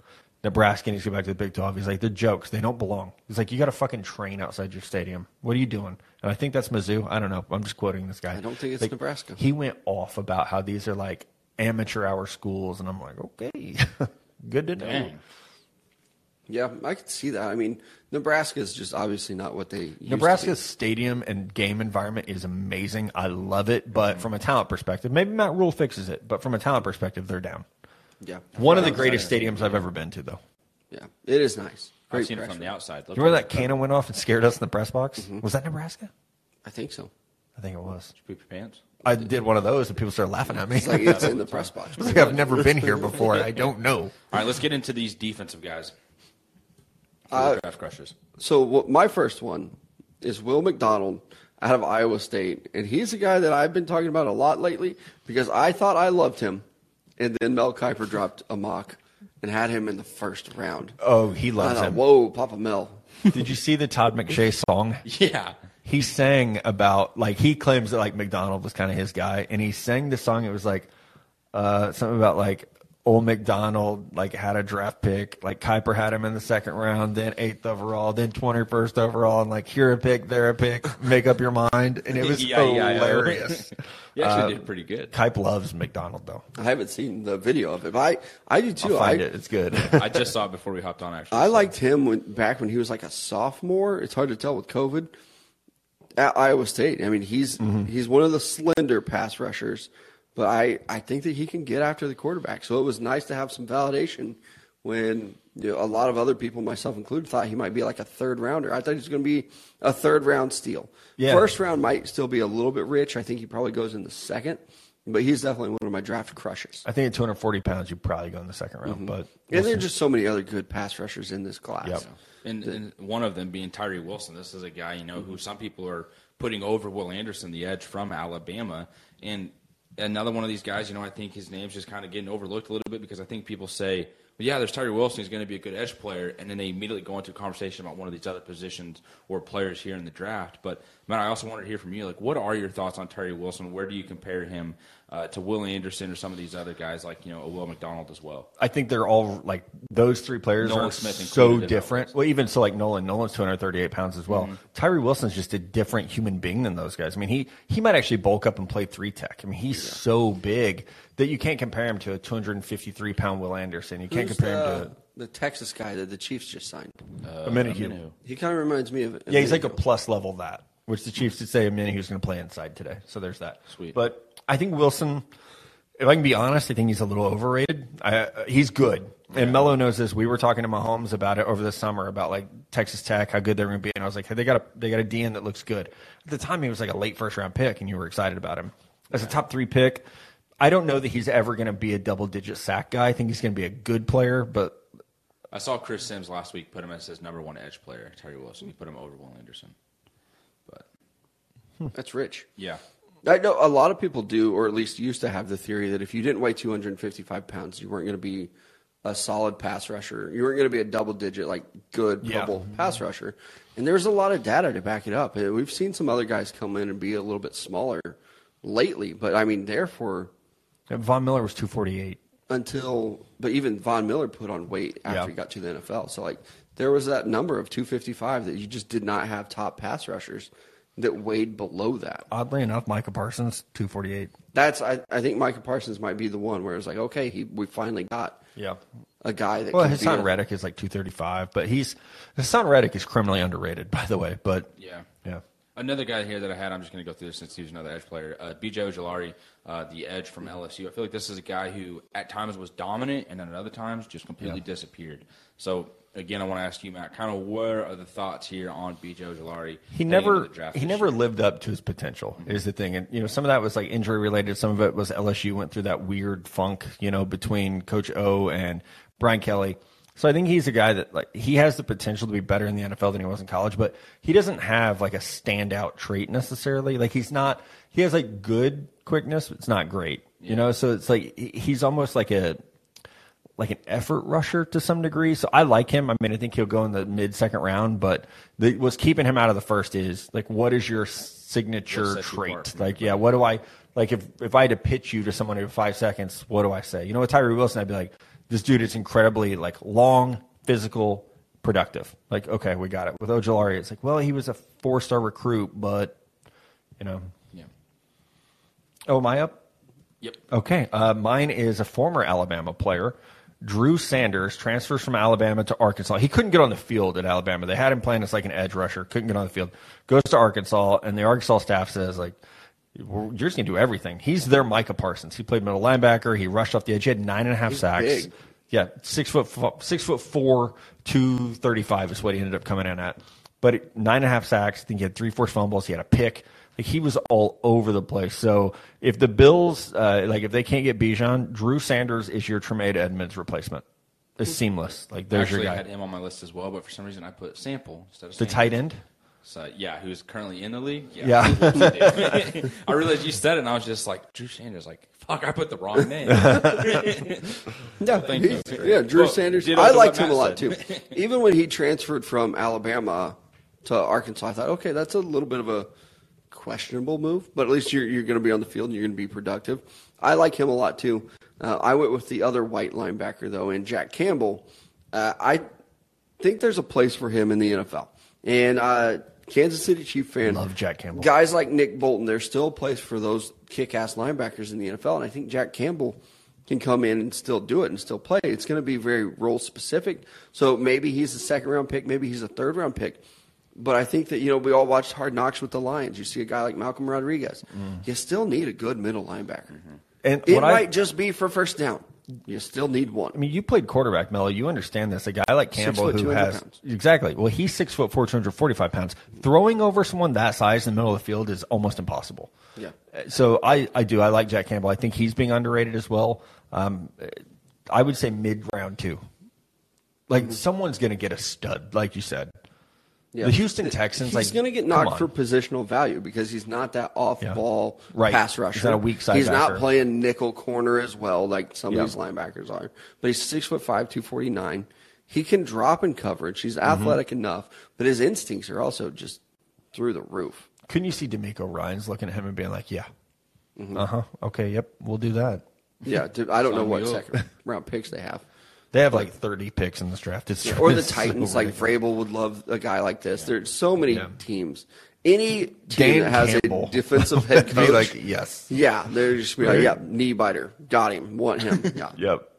Speaker 4: Nebraska needs to go back to the Big 12. He's like, they're jokes. They don't belong. He's like, you got to fucking train outside your stadium. What are you doing? And I think that's Mizzou. I don't know. I'm just quoting this guy.
Speaker 1: I don't think it's
Speaker 4: Like,
Speaker 1: Nebraska.
Speaker 4: He went off about how these are like amateur hour schools, and I'm like, okay, good to know.
Speaker 2: Dang.
Speaker 1: Yeah, I could see that. I mean, Nebraska is just obviously not what they. used to
Speaker 4: Nebraska's
Speaker 1: be.
Speaker 4: stadium and game environment is amazing. I love it, but from a talent perspective, maybe Matt Rule fixes it, but from a talent perspective, they're down.
Speaker 1: Yeah.
Speaker 4: One of the greatest stadiums I've ever been to, though.
Speaker 1: Yeah, it is nice.
Speaker 2: I've
Speaker 1: Great
Speaker 2: seen it
Speaker 1: pressure.
Speaker 2: from the outside.
Speaker 4: You remember that cannon went off and scared us in the press box?
Speaker 1: Mm-hmm.
Speaker 4: Was that Nebraska?
Speaker 1: I think so.
Speaker 4: I think it was.
Speaker 2: Poop your pants.
Speaker 4: I did one of those, and people started laughing at me.
Speaker 1: It's like it's in the press box.
Speaker 4: It's like I've never been here before. I don't know.
Speaker 2: All right, let's get into these defensive guys.
Speaker 1: Uh,
Speaker 2: draft crushers.
Speaker 1: So what, my first one is Will McDonald out of Iowa State, and he's a guy that I've been talking about a lot lately because I thought I loved him, and then Mel Kiper dropped a mock and had him in the first round.
Speaker 4: Oh, he
Speaker 1: I
Speaker 4: loves
Speaker 1: thought,
Speaker 4: him.
Speaker 1: whoa, Papa Mel.
Speaker 4: Did you see the Todd McShay song?
Speaker 2: Yeah.
Speaker 4: He sang about like he claims that like McDonald was kind of his guy, and he sang the song. It was like uh, something about like old McDonald like had a draft pick, like Kuiper had him in the second round, then eighth overall, then twenty first overall, and like here a pick, there a pick, make up your mind, and it was
Speaker 2: Yeah, yeah, yeah.
Speaker 4: hilarious.
Speaker 2: He
Speaker 4: Uh,
Speaker 2: actually did pretty good.
Speaker 4: Kuiper loves McDonald though.
Speaker 1: I haven't seen the video of it, but I, I do too.
Speaker 4: I'll find
Speaker 1: I,
Speaker 4: it. It's good.
Speaker 2: I just saw it before we hopped on, actually.
Speaker 1: I
Speaker 2: so-
Speaker 1: liked him when, back when he was like a sophomore. It's hard to tell with COVID. At Iowa State, I mean, he's
Speaker 4: Mm-hmm.
Speaker 1: he's one of the slender pass rushers, but I I think that he can get after the quarterback. So it was nice to have some validation when you know, a lot of other people, myself included, thought he might be like a third rounder. I thought he was going to be a third round steal.
Speaker 4: Yeah.
Speaker 1: First round might still be a little bit rich. I think he probably goes in the second, but he's definitely one of my draft crushers.
Speaker 4: I think at 240 pounds, you probably go in the second round. But
Speaker 1: Mm-hmm. And there are just so many other good pass rushers in this class.
Speaker 4: Yep.
Speaker 2: And, and one of them being Tyree Wilson. This is a guy, you know, who some people are putting over Will Anderson, the edge from Alabama. And another one of these guys, you know, I think his name's just kind of getting overlooked a little bit because I think people say, well, yeah, there's Tyree Wilson. He's going to be a good edge player. And then they immediately go into a conversation about one of these other positions or players here in the draft. But, man, I also wanted to hear from you. Like, what are your thoughts on Tyree Wilson? Where do you compare him uh, to Will Anderson or some of these other guys, like, you know, a Will McDonald as well?
Speaker 4: I think they're all like those three players
Speaker 2: Nolan
Speaker 4: are
Speaker 2: Smith
Speaker 4: so
Speaker 2: included in that
Speaker 4: different.
Speaker 2: list.
Speaker 4: Well, even so, like Nolan, Nolan's 238 pounds as well.
Speaker 1: Mm-hmm.
Speaker 4: Tyree Wilson's just a different human being than those guys. I mean, he he might actually bulk up and play three tech. I mean, he's so big that you can't compare him to a 253 pound Will Anderson. You can't
Speaker 1: Who's
Speaker 4: compare
Speaker 1: the, uh,
Speaker 4: him
Speaker 1: the Texas guy that the Chiefs just signed.
Speaker 4: to a Minihue.
Speaker 1: He kind of reminds me of.
Speaker 4: Yeah, he's like a plus level that, which the Chiefs did say a minute he was going to play inside today. So there's that.
Speaker 2: Sweet.
Speaker 4: But I think Wilson, if I can be honest, I think he's a little overrated. I, uh, he's good. And Melo knows this. We were talking to Mahomes about it over the summer about like Texas Tech, how good they're going to be, and I was like, hey, they got a they got a DN that looks good. At the time, he was like a late first round pick, and you were excited about him as a top three pick. I don't know that he's ever going to be a double digit sack guy. I think he's going to be a good player, but
Speaker 2: I saw Chris Sims last week put him as his number one edge player, Terry Wilson. He put him over Will Anderson. But
Speaker 1: That's rich.
Speaker 2: yeah.
Speaker 1: I know a lot of people do, or at least used to have the theory that if you didn't weigh 255 pounds, you weren't going to be a solid pass rusher. You weren't going to be a double digit, like good Pro
Speaker 4: Yeah.
Speaker 1: Bowl pass rusher. And there's a lot of data to back it up. Uh, We've seen some other guys come in and be a little bit smaller lately, but I mean, therefore,
Speaker 4: Von Miller was two forty eight.
Speaker 1: until but even Von Miller put on weight after
Speaker 4: Yeah.
Speaker 1: he got to the NFL. So like there was that number of 255 that you just did not have top pass rushers that weighed below that.
Speaker 4: Oddly enough, Micah Parsons two forty eight.
Speaker 1: That's I, I think Micah Parsons might be the one where it's like okay he we finally got
Speaker 4: Yeah.
Speaker 1: a guy that
Speaker 4: Well,
Speaker 1: can be
Speaker 4: Hassan
Speaker 1: a-
Speaker 4: Reddick is like 235, but he's Hassan Reddick is criminally underrated, by the way. But
Speaker 2: Yeah.
Speaker 4: yeah,
Speaker 2: Another guy here that I had, I'm just going to go through this since he was another edge player. Uh, BJ Ojolari, uh, the edge from LSU. I feel like this is a guy who at times was dominant and then at other times just completely disappeared. So, again, I want to ask you, Matt, kind of where are the thoughts here on BJ Ojolari?
Speaker 4: he
Speaker 2: heading
Speaker 4: never
Speaker 2: into the draft Mm-hmm.
Speaker 4: he
Speaker 2: this
Speaker 4: never
Speaker 2: year?
Speaker 4: lived up to his potential is the thing, and you know some of that was like injury related, some of it was LSU went through that weird funk, you know, between Coach O and Brian Kelly. So I think he's a guy that like he has the potential to be better in the NFL than he was in college, but he doesn't have like a standout trait necessarily. Like he's not he has like good quickness, but it's not great. You know, so it's like he- he's almost like a like an effort rusher to some degree. So I like him. I mean, I think he'll go in the mid second round, but the, what's keeping him out of the first is like, what is your signature
Speaker 2: What sets you apart
Speaker 4: trait?
Speaker 2: from
Speaker 4: Like, yeah, what do I like? If if I had to pitch you to someone in five seconds, what do I say? You know, with Tyree Wilson, I'd be like, This dude is incredibly like long, physical, productive. Like, okay, we got it. With Ojolari, it's like, well, he was a four star recruit, but you know.
Speaker 2: Yeah.
Speaker 4: Oh, am I up?
Speaker 2: Yep.
Speaker 4: Okay. Uh, mine is a former Alabama player. Drew Sanders transfers from Alabama to Arkansas. He couldn't get on the field at Alabama. They had him playing as like an edge rusher. Couldn't get on the field. Goes to Arkansas, and the Arkansas staff says like, "We're- "You're just gonna do everything." He's their Micah Parsons. He played middle linebacker. He rushed off the edge. He had nine and a half sacks.
Speaker 1: big.
Speaker 4: Yeah, six foot fo- six foot four, two thirty five is what he ended up coming in at. But it- nine and a half sacks. I think he had three forced fumbles. He had a pick. Like he was all over the place. So if the Bills, uh, like if they can't get Bijan, Drew Sanders is your Tremaine Edmonds replacement. It's seamless. Like there's
Speaker 2: Actually,
Speaker 4: your
Speaker 2: I
Speaker 4: guy,
Speaker 2: had him on my list as well, but for some reason I put Sample instead of
Speaker 4: the
Speaker 2: Sanders.
Speaker 4: tight end.
Speaker 2: So, yeah, who's currently in the league?
Speaker 4: Yeah.
Speaker 2: I realized you said it, and I was just like, Drew Sanders. Like, fuck, I put the wrong name.
Speaker 1: Yeah,
Speaker 2: Thank
Speaker 1: he-
Speaker 2: you.
Speaker 1: yeah, Drew
Speaker 2: Well,
Speaker 1: Sanders.
Speaker 2: ditto
Speaker 1: I
Speaker 2: to
Speaker 1: liked
Speaker 2: what
Speaker 1: him a lot
Speaker 2: Matt
Speaker 1: too. Even when he transferred from Alabama to Arkansas, I thought, okay, that's a little bit of a questionable move, but at least you're you're going to be on the field and you're going to be productive. I like him a lot too. Uh, I went with the other white linebacker though, and Jack Campbell. Uh, I think there's a place for him in the NFL, and uh, Kansas City Chief fan
Speaker 4: Love Jack Campbell.
Speaker 1: guys like Nick Bolton, there's still a place for those kick ass linebackers in the NFL. And I think Jack Campbell can come in and still do it and still play. It's going to be very role specific. So maybe he's a second round pick, maybe he's a third round pick. But I think that, you know, we all watched Hard Knocks with the Lions. You see a guy like Malcolm Rodriguez. You still need a good middle linebacker.
Speaker 4: Mm-hmm. And
Speaker 1: It
Speaker 4: what I-
Speaker 1: might just be for first down. You still need one.
Speaker 4: I mean, you played quarterback, Mello. You understand this. A guy like Campbell
Speaker 1: foot,
Speaker 4: who
Speaker 1: 200
Speaker 4: has
Speaker 1: pounds.
Speaker 4: exactly. Well, he's six foot four, two hundred forty-five pounds. Throwing over someone that size in the middle of the field is almost impossible.
Speaker 1: Yeah.
Speaker 4: Uh, So I, I do. I like Jack Campbell. I think he's being underrated as well. Um, uh, I would say mid round two. Like someone's going to get a stud, like you said.
Speaker 1: Mm-hmm. Yeah.
Speaker 4: The Houston Texans.
Speaker 1: He's
Speaker 4: like,
Speaker 1: going to get
Speaker 4: come
Speaker 1: knocked for
Speaker 4: on.
Speaker 1: positional value because he's not that off
Speaker 4: Yeah.
Speaker 1: ball
Speaker 4: Right.
Speaker 1: pass
Speaker 4: He's
Speaker 1: rusher.
Speaker 4: not a weak side
Speaker 1: He's not
Speaker 4: backer.
Speaker 1: playing nickel corner as well like some
Speaker 4: Yeah.
Speaker 1: of these linebackers are. But he's six foot five, two forty nine. He can drop in coverage. He's
Speaker 4: Mm-hmm.
Speaker 1: athletic enough, but his instincts are also just through the roof.
Speaker 4: Couldn't you see D'Amico Ryan's looking at him and being like, "Yeah,
Speaker 1: Mm-hmm.
Speaker 4: uh huh, okay, yep, we'll do that."
Speaker 1: Yeah, dude, I don't know
Speaker 2: on
Speaker 1: what
Speaker 2: you.
Speaker 1: second round picks they have.
Speaker 4: They have like thirty picks in this draft. It's
Speaker 1: or the
Speaker 4: it's so
Speaker 1: Titans, like
Speaker 4: ridiculous.
Speaker 1: Vrabel would love a guy like this. There's so many
Speaker 4: Yeah.
Speaker 1: teams. Any team
Speaker 4: Dan
Speaker 1: that has
Speaker 4: Campbell
Speaker 1: a defensive head
Speaker 4: would
Speaker 1: coach,
Speaker 4: be like, yes.
Speaker 1: yeah, they're just be like,
Speaker 4: Right?
Speaker 1: yeah, knee biter, got him, want him, yeah.
Speaker 4: Yep.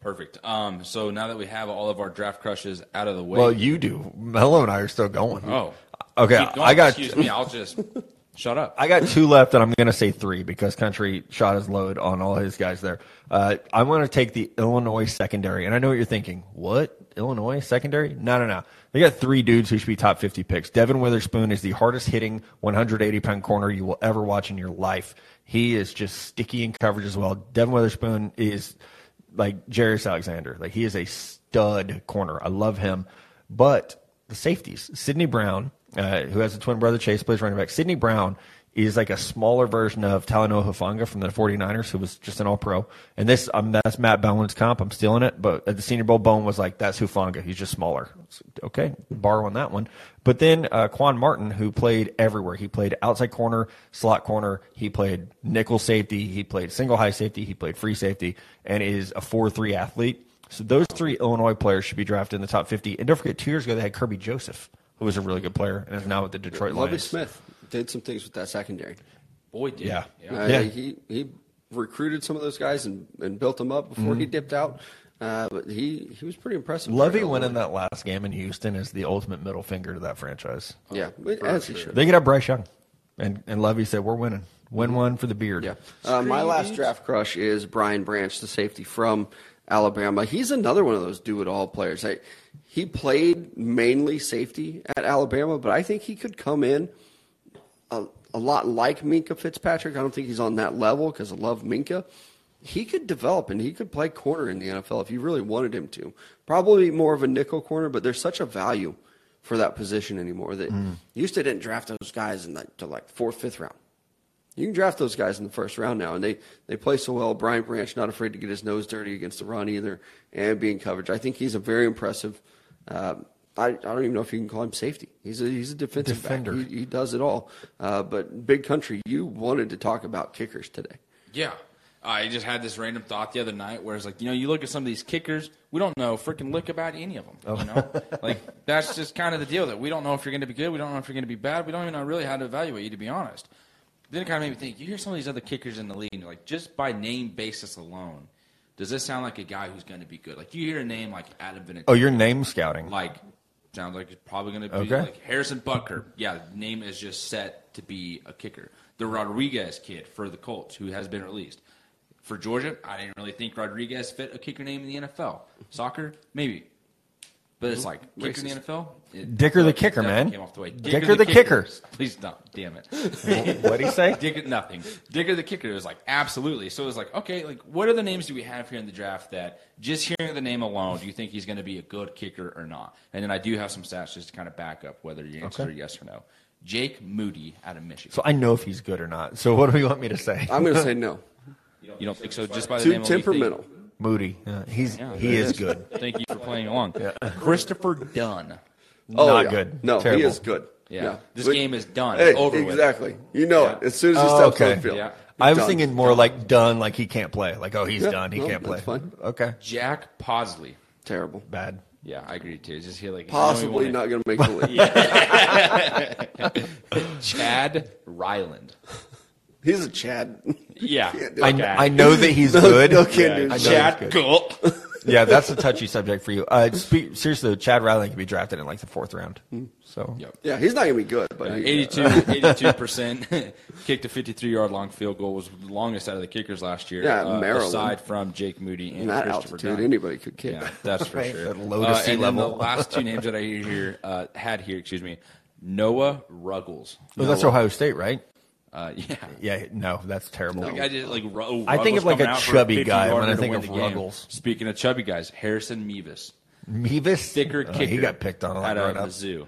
Speaker 2: Perfect. Um, so now that we have all of our draft crushes out of the way,
Speaker 4: Well, you do. Mello and I are still going.
Speaker 2: oh,
Speaker 4: Okay,
Speaker 2: Keep going.
Speaker 4: I got-
Speaker 2: Excuse me. I'll just shut up.
Speaker 4: I got two left, and I'm going to say three because Country shot his load on all his guys there. Uh, I'm going to take the Illinois secondary, and I know what you're thinking. What Illinois secondary? No, no, no. They got three dudes who should be top 50 picks. Devin Witherspoon is the hardest hitting 180 pound corner you will ever watch in your life. He is just sticky in coverage as well. Devin Witherspoon is like Jarius Alexander. Like he is a stud corner. I love him. But the safeties, Sidney Brown, uh, who has a twin brother, Chase plays running back. Sidney Brown is like a smaller version of Talanoa Hufanga from the 49ers, who was just an all pro. And this, um, that's Matt Bowen's comp. I'm stealing it. But at the Senior Bowl, Bowen was like, that's Hufanga. He's just smaller. So, okay, borrow on that one. But then uh, Quan Martin, who played everywhere. He played outside corner, slot corner. He played nickel safety. He played single high safety. He played free safety and is a 4 3 athlete. So those three Illinois players should be drafted in the top 50. And don't forget, two years ago, they had Kirby Joseph, who was a really good player and is now with the Detroit
Speaker 1: Lovey
Speaker 4: Lions.
Speaker 1: Smith did some things with that secondary.
Speaker 2: Boy, did
Speaker 4: Yeah.
Speaker 2: yeah.
Speaker 1: Uh,
Speaker 4: Yeah.
Speaker 1: He he recruited some of those guys and, and built them up before
Speaker 4: Mm-hmm.
Speaker 1: he dipped out. Uh, but he, he was pretty impressive. for
Speaker 4: Lovey
Speaker 1: Illinois.
Speaker 4: winning that last game in Houston is the ultimate middle finger to that franchise.
Speaker 1: Yeah, as he should.
Speaker 4: They could have Bryce Young. And, and Lovey said, We're winning. Win one for the beard.
Speaker 1: Mm-hmm. Yeah. Uh, my last draft crush is Brian Branch, the safety from Alabama. He's another one of those do it all players. I, he played mainly safety at Alabama, but I think he could come in a, a lot like Minka Fitzpatrick. I don't think he's on that level because I love Minka. He could develop and he could play corner in the NFL if you really wanted him to. Probably more of a nickel corner, but there's such a value for that position anymore that Houston didn't draft those guys in like to like fourth, fifth round. You can draft those guys in the first round now, and they, they play so well. Brian Branch not afraid to get his nose dirty against the run either, and be in coverage. I think he's a very impressive. Uh, I, I don't even know if you can call him safety. He's a he's a defensive back.
Speaker 4: Defender.
Speaker 1: He, he does it all. Uh, but big country, you wanted to talk about kickers today.
Speaker 2: Yeah. I just had this random thought the other night where it's like, you know, you look at some of these kickers, we don't know freaking lick about any of them. You know, like that's just kind of the deal that we don't know if you're going to be good, we don't know if you're going to be bad, we don't even know really how to evaluate you to be honest. Then it kind of made me think. You hear some of these other kickers in the league, and you're like just by name basis alone, does this sound like a guy who's going to be good? Like you hear a name like Adam Vinatieri.
Speaker 4: Oh, you're name scouting.
Speaker 2: Like, sounds like it's probably going to be
Speaker 4: Okay.
Speaker 2: like Harrison Butker. Yeah, name is just set to be a kicker. The Rodriguez kid for the Colts, who has been released. For Georgia, I didn't really think Rodriguez fit a kicker name in the NFL. Soccer, maybe. But it's like kicker in the NFL. It-
Speaker 4: Dicker the
Speaker 2: it
Speaker 4: Mm-hmm. kicker,
Speaker 2: definitely
Speaker 4: man.
Speaker 2: Came off the way.
Speaker 4: Dicker the kicker.
Speaker 2: Please don't. Damn it.
Speaker 4: What'd he say?
Speaker 2: Dicker, nothing. Dicker the kicker was like, absolutely. So it was like, okay, like what are the names do we have here in the draft that just hearing the name alone, do you think he's going to be a good kicker or not? And then I do have some stats just to kind of back up whether you answer
Speaker 4: Okay.
Speaker 2: yes or no. Jake Moody out of Michigan.
Speaker 4: So I know if he's good or not. So what do you want me to say?
Speaker 1: I'm going to say no.
Speaker 2: you don't think so? Just by the
Speaker 1: Too
Speaker 2: name alone, you think-
Speaker 1: temperamental.
Speaker 4: Moody. Yeah, he's
Speaker 2: Yeah,
Speaker 4: he
Speaker 2: there it
Speaker 4: is good.
Speaker 2: Thank you for playing along. Christopher Dunn.
Speaker 1: Oh,
Speaker 4: Not
Speaker 1: yeah.
Speaker 4: good.
Speaker 1: No,
Speaker 4: Terrible.
Speaker 1: he is good.
Speaker 2: Yeah.
Speaker 1: No.
Speaker 2: This
Speaker 1: But-
Speaker 2: game is done.
Speaker 1: Hey,
Speaker 2: It's over with.
Speaker 1: exactly. You know
Speaker 2: Yeah.
Speaker 1: it. As soon as he
Speaker 4: Oh,
Speaker 1: steps
Speaker 4: okay.
Speaker 1: on the field.
Speaker 2: Yeah.
Speaker 4: I was
Speaker 1: Done.
Speaker 4: thinking more like done, like he can't play. Like oh, he's
Speaker 1: Yeah,
Speaker 4: done, he
Speaker 1: no,
Speaker 4: can't play.
Speaker 1: that's fine.
Speaker 4: Okay,
Speaker 2: Jack Posley.
Speaker 1: terrible.
Speaker 4: bad.
Speaker 2: Yeah, I agree too. Just here like
Speaker 1: Possibly not going to make the league.
Speaker 2: Chad Ryland.
Speaker 1: He's a Chad.
Speaker 2: Yeah.
Speaker 4: I,
Speaker 2: Okay.
Speaker 4: I know that he's good.
Speaker 1: no kidding.
Speaker 4: I know
Speaker 2: Chad
Speaker 4: he's good.
Speaker 2: Gulp.
Speaker 4: Yeah, that's a touchy subject for you. Uh, spe- seriously, though, Chad Riley could be drafted in like the fourth round.
Speaker 1: Hmm.
Speaker 4: So
Speaker 2: Yep.
Speaker 1: Yeah, he's not going to be good, but uh, he-
Speaker 2: 82 percent kicked a 53 yard long field goal was the longest out of the kickers last year. uh,
Speaker 1: Yeah, Maryland.
Speaker 2: Aside from Jake Moody and
Speaker 1: in that
Speaker 2: Christopher
Speaker 1: altitude,
Speaker 2: Dunn.
Speaker 1: anybody could kick.
Speaker 2: Yeah, that's for
Speaker 4: Right.
Speaker 2: sure. Uh,
Speaker 4: That low to sea
Speaker 2: and then the
Speaker 4: level.
Speaker 2: last two names that I hear here uh, had here, excuse me, Noah Ruggles.
Speaker 4: Oh, that's Ohio State, right?
Speaker 2: Uh, yeah.
Speaker 4: Yeah, no, that's terrible.
Speaker 2: Like I just like Ru- oh,
Speaker 4: I think
Speaker 2: Ruggles
Speaker 4: of, like, a
Speaker 2: coming out for
Speaker 4: chubby
Speaker 2: 50
Speaker 4: guy when
Speaker 2: yarder
Speaker 4: I
Speaker 2: to
Speaker 4: think
Speaker 2: win
Speaker 4: of
Speaker 2: the game.
Speaker 4: Ruggles.
Speaker 2: Speaking of chubby guys, Harrison Mevis.
Speaker 4: Mevis,
Speaker 2: thicker kicker.
Speaker 4: Oh, he got picked on a
Speaker 2: out
Speaker 4: lot
Speaker 2: of
Speaker 4: growing up.
Speaker 2: Mizzou.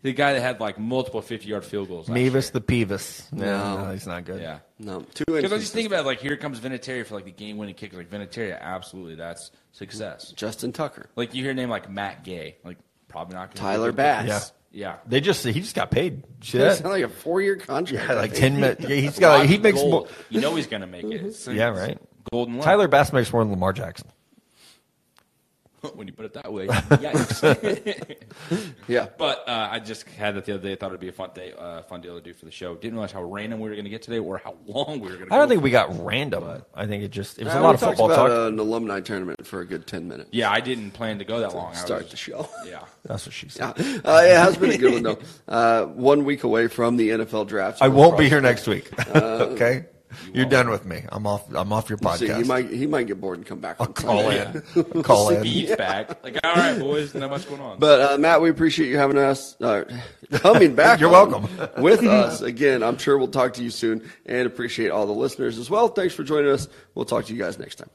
Speaker 2: The guy that had like multiple 50 yard field goals. last
Speaker 4: Mevis the Pevis.
Speaker 1: No.
Speaker 4: he's not good.
Speaker 2: year. Yeah.
Speaker 1: No, two
Speaker 2: Because I just
Speaker 1: inches.
Speaker 2: think about it, like here comes Vinatieri for like the game winning kick. Like Vinatieri, absolutely, that's success.
Speaker 1: Justin Tucker,
Speaker 2: Like you hear a name like Matt Gay, like probably not gonna
Speaker 1: Tyler
Speaker 2: be-
Speaker 1: Bass.
Speaker 2: Yeah,
Speaker 4: They just he just got paid. Shit.
Speaker 1: That sounded like a four-year contract.
Speaker 4: Yeah, like
Speaker 1: I think.
Speaker 4: ten minutes. Yeah, he's got. Like,
Speaker 2: Lots
Speaker 4: he
Speaker 2: of
Speaker 4: makes
Speaker 2: gold.
Speaker 4: more.
Speaker 2: You know he's gonna make it. It's-
Speaker 4: Mm-hmm. Yeah,
Speaker 2: it's
Speaker 4: right.
Speaker 2: Golden line.
Speaker 4: Tyler Bass makes more than Lamar Jackson.
Speaker 2: when you put it that way. Yikes.
Speaker 1: Yeah,
Speaker 2: but uh, I just had that the other day. I thought it'd be a fun day, uh, fun deal to do for the show. Didn't realize how random we were gonna get today or how long we were gonna.
Speaker 4: I don't
Speaker 2: go
Speaker 4: think we got random. I think it just it was
Speaker 1: Uh,
Speaker 4: a
Speaker 1: we
Speaker 4: lot of
Speaker 1: talked
Speaker 4: football
Speaker 1: about
Speaker 4: talk.
Speaker 1: an alumni tournament for a good ten minutes.
Speaker 2: Yeah, I didn't plan to go that long. I was
Speaker 1: Start the
Speaker 2: just-
Speaker 1: show.
Speaker 2: Yeah.
Speaker 4: That's what she said.
Speaker 1: Yeah, uh, it has been a good one though. Uh, one week away from the NFL draft.
Speaker 4: I won't be here next week.
Speaker 1: Uh,
Speaker 4: okay, you're done with me. I'm off. I'm off your
Speaker 1: See, he
Speaker 4: podcast.
Speaker 1: might he might get bored and come back.
Speaker 4: I'll
Speaker 1: on
Speaker 4: call
Speaker 1: Sunday.
Speaker 4: in. I'll call in.
Speaker 2: Beats back. Like, all right, boys, not much going on.
Speaker 1: But uh, Matt, we appreciate you having us uh, coming back.
Speaker 4: You're
Speaker 1: on
Speaker 4: welcome.
Speaker 1: with us again. I'm sure we'll talk to you soon, and appreciate all the listeners as well. Thanks for joining us. We'll talk to you guys next time.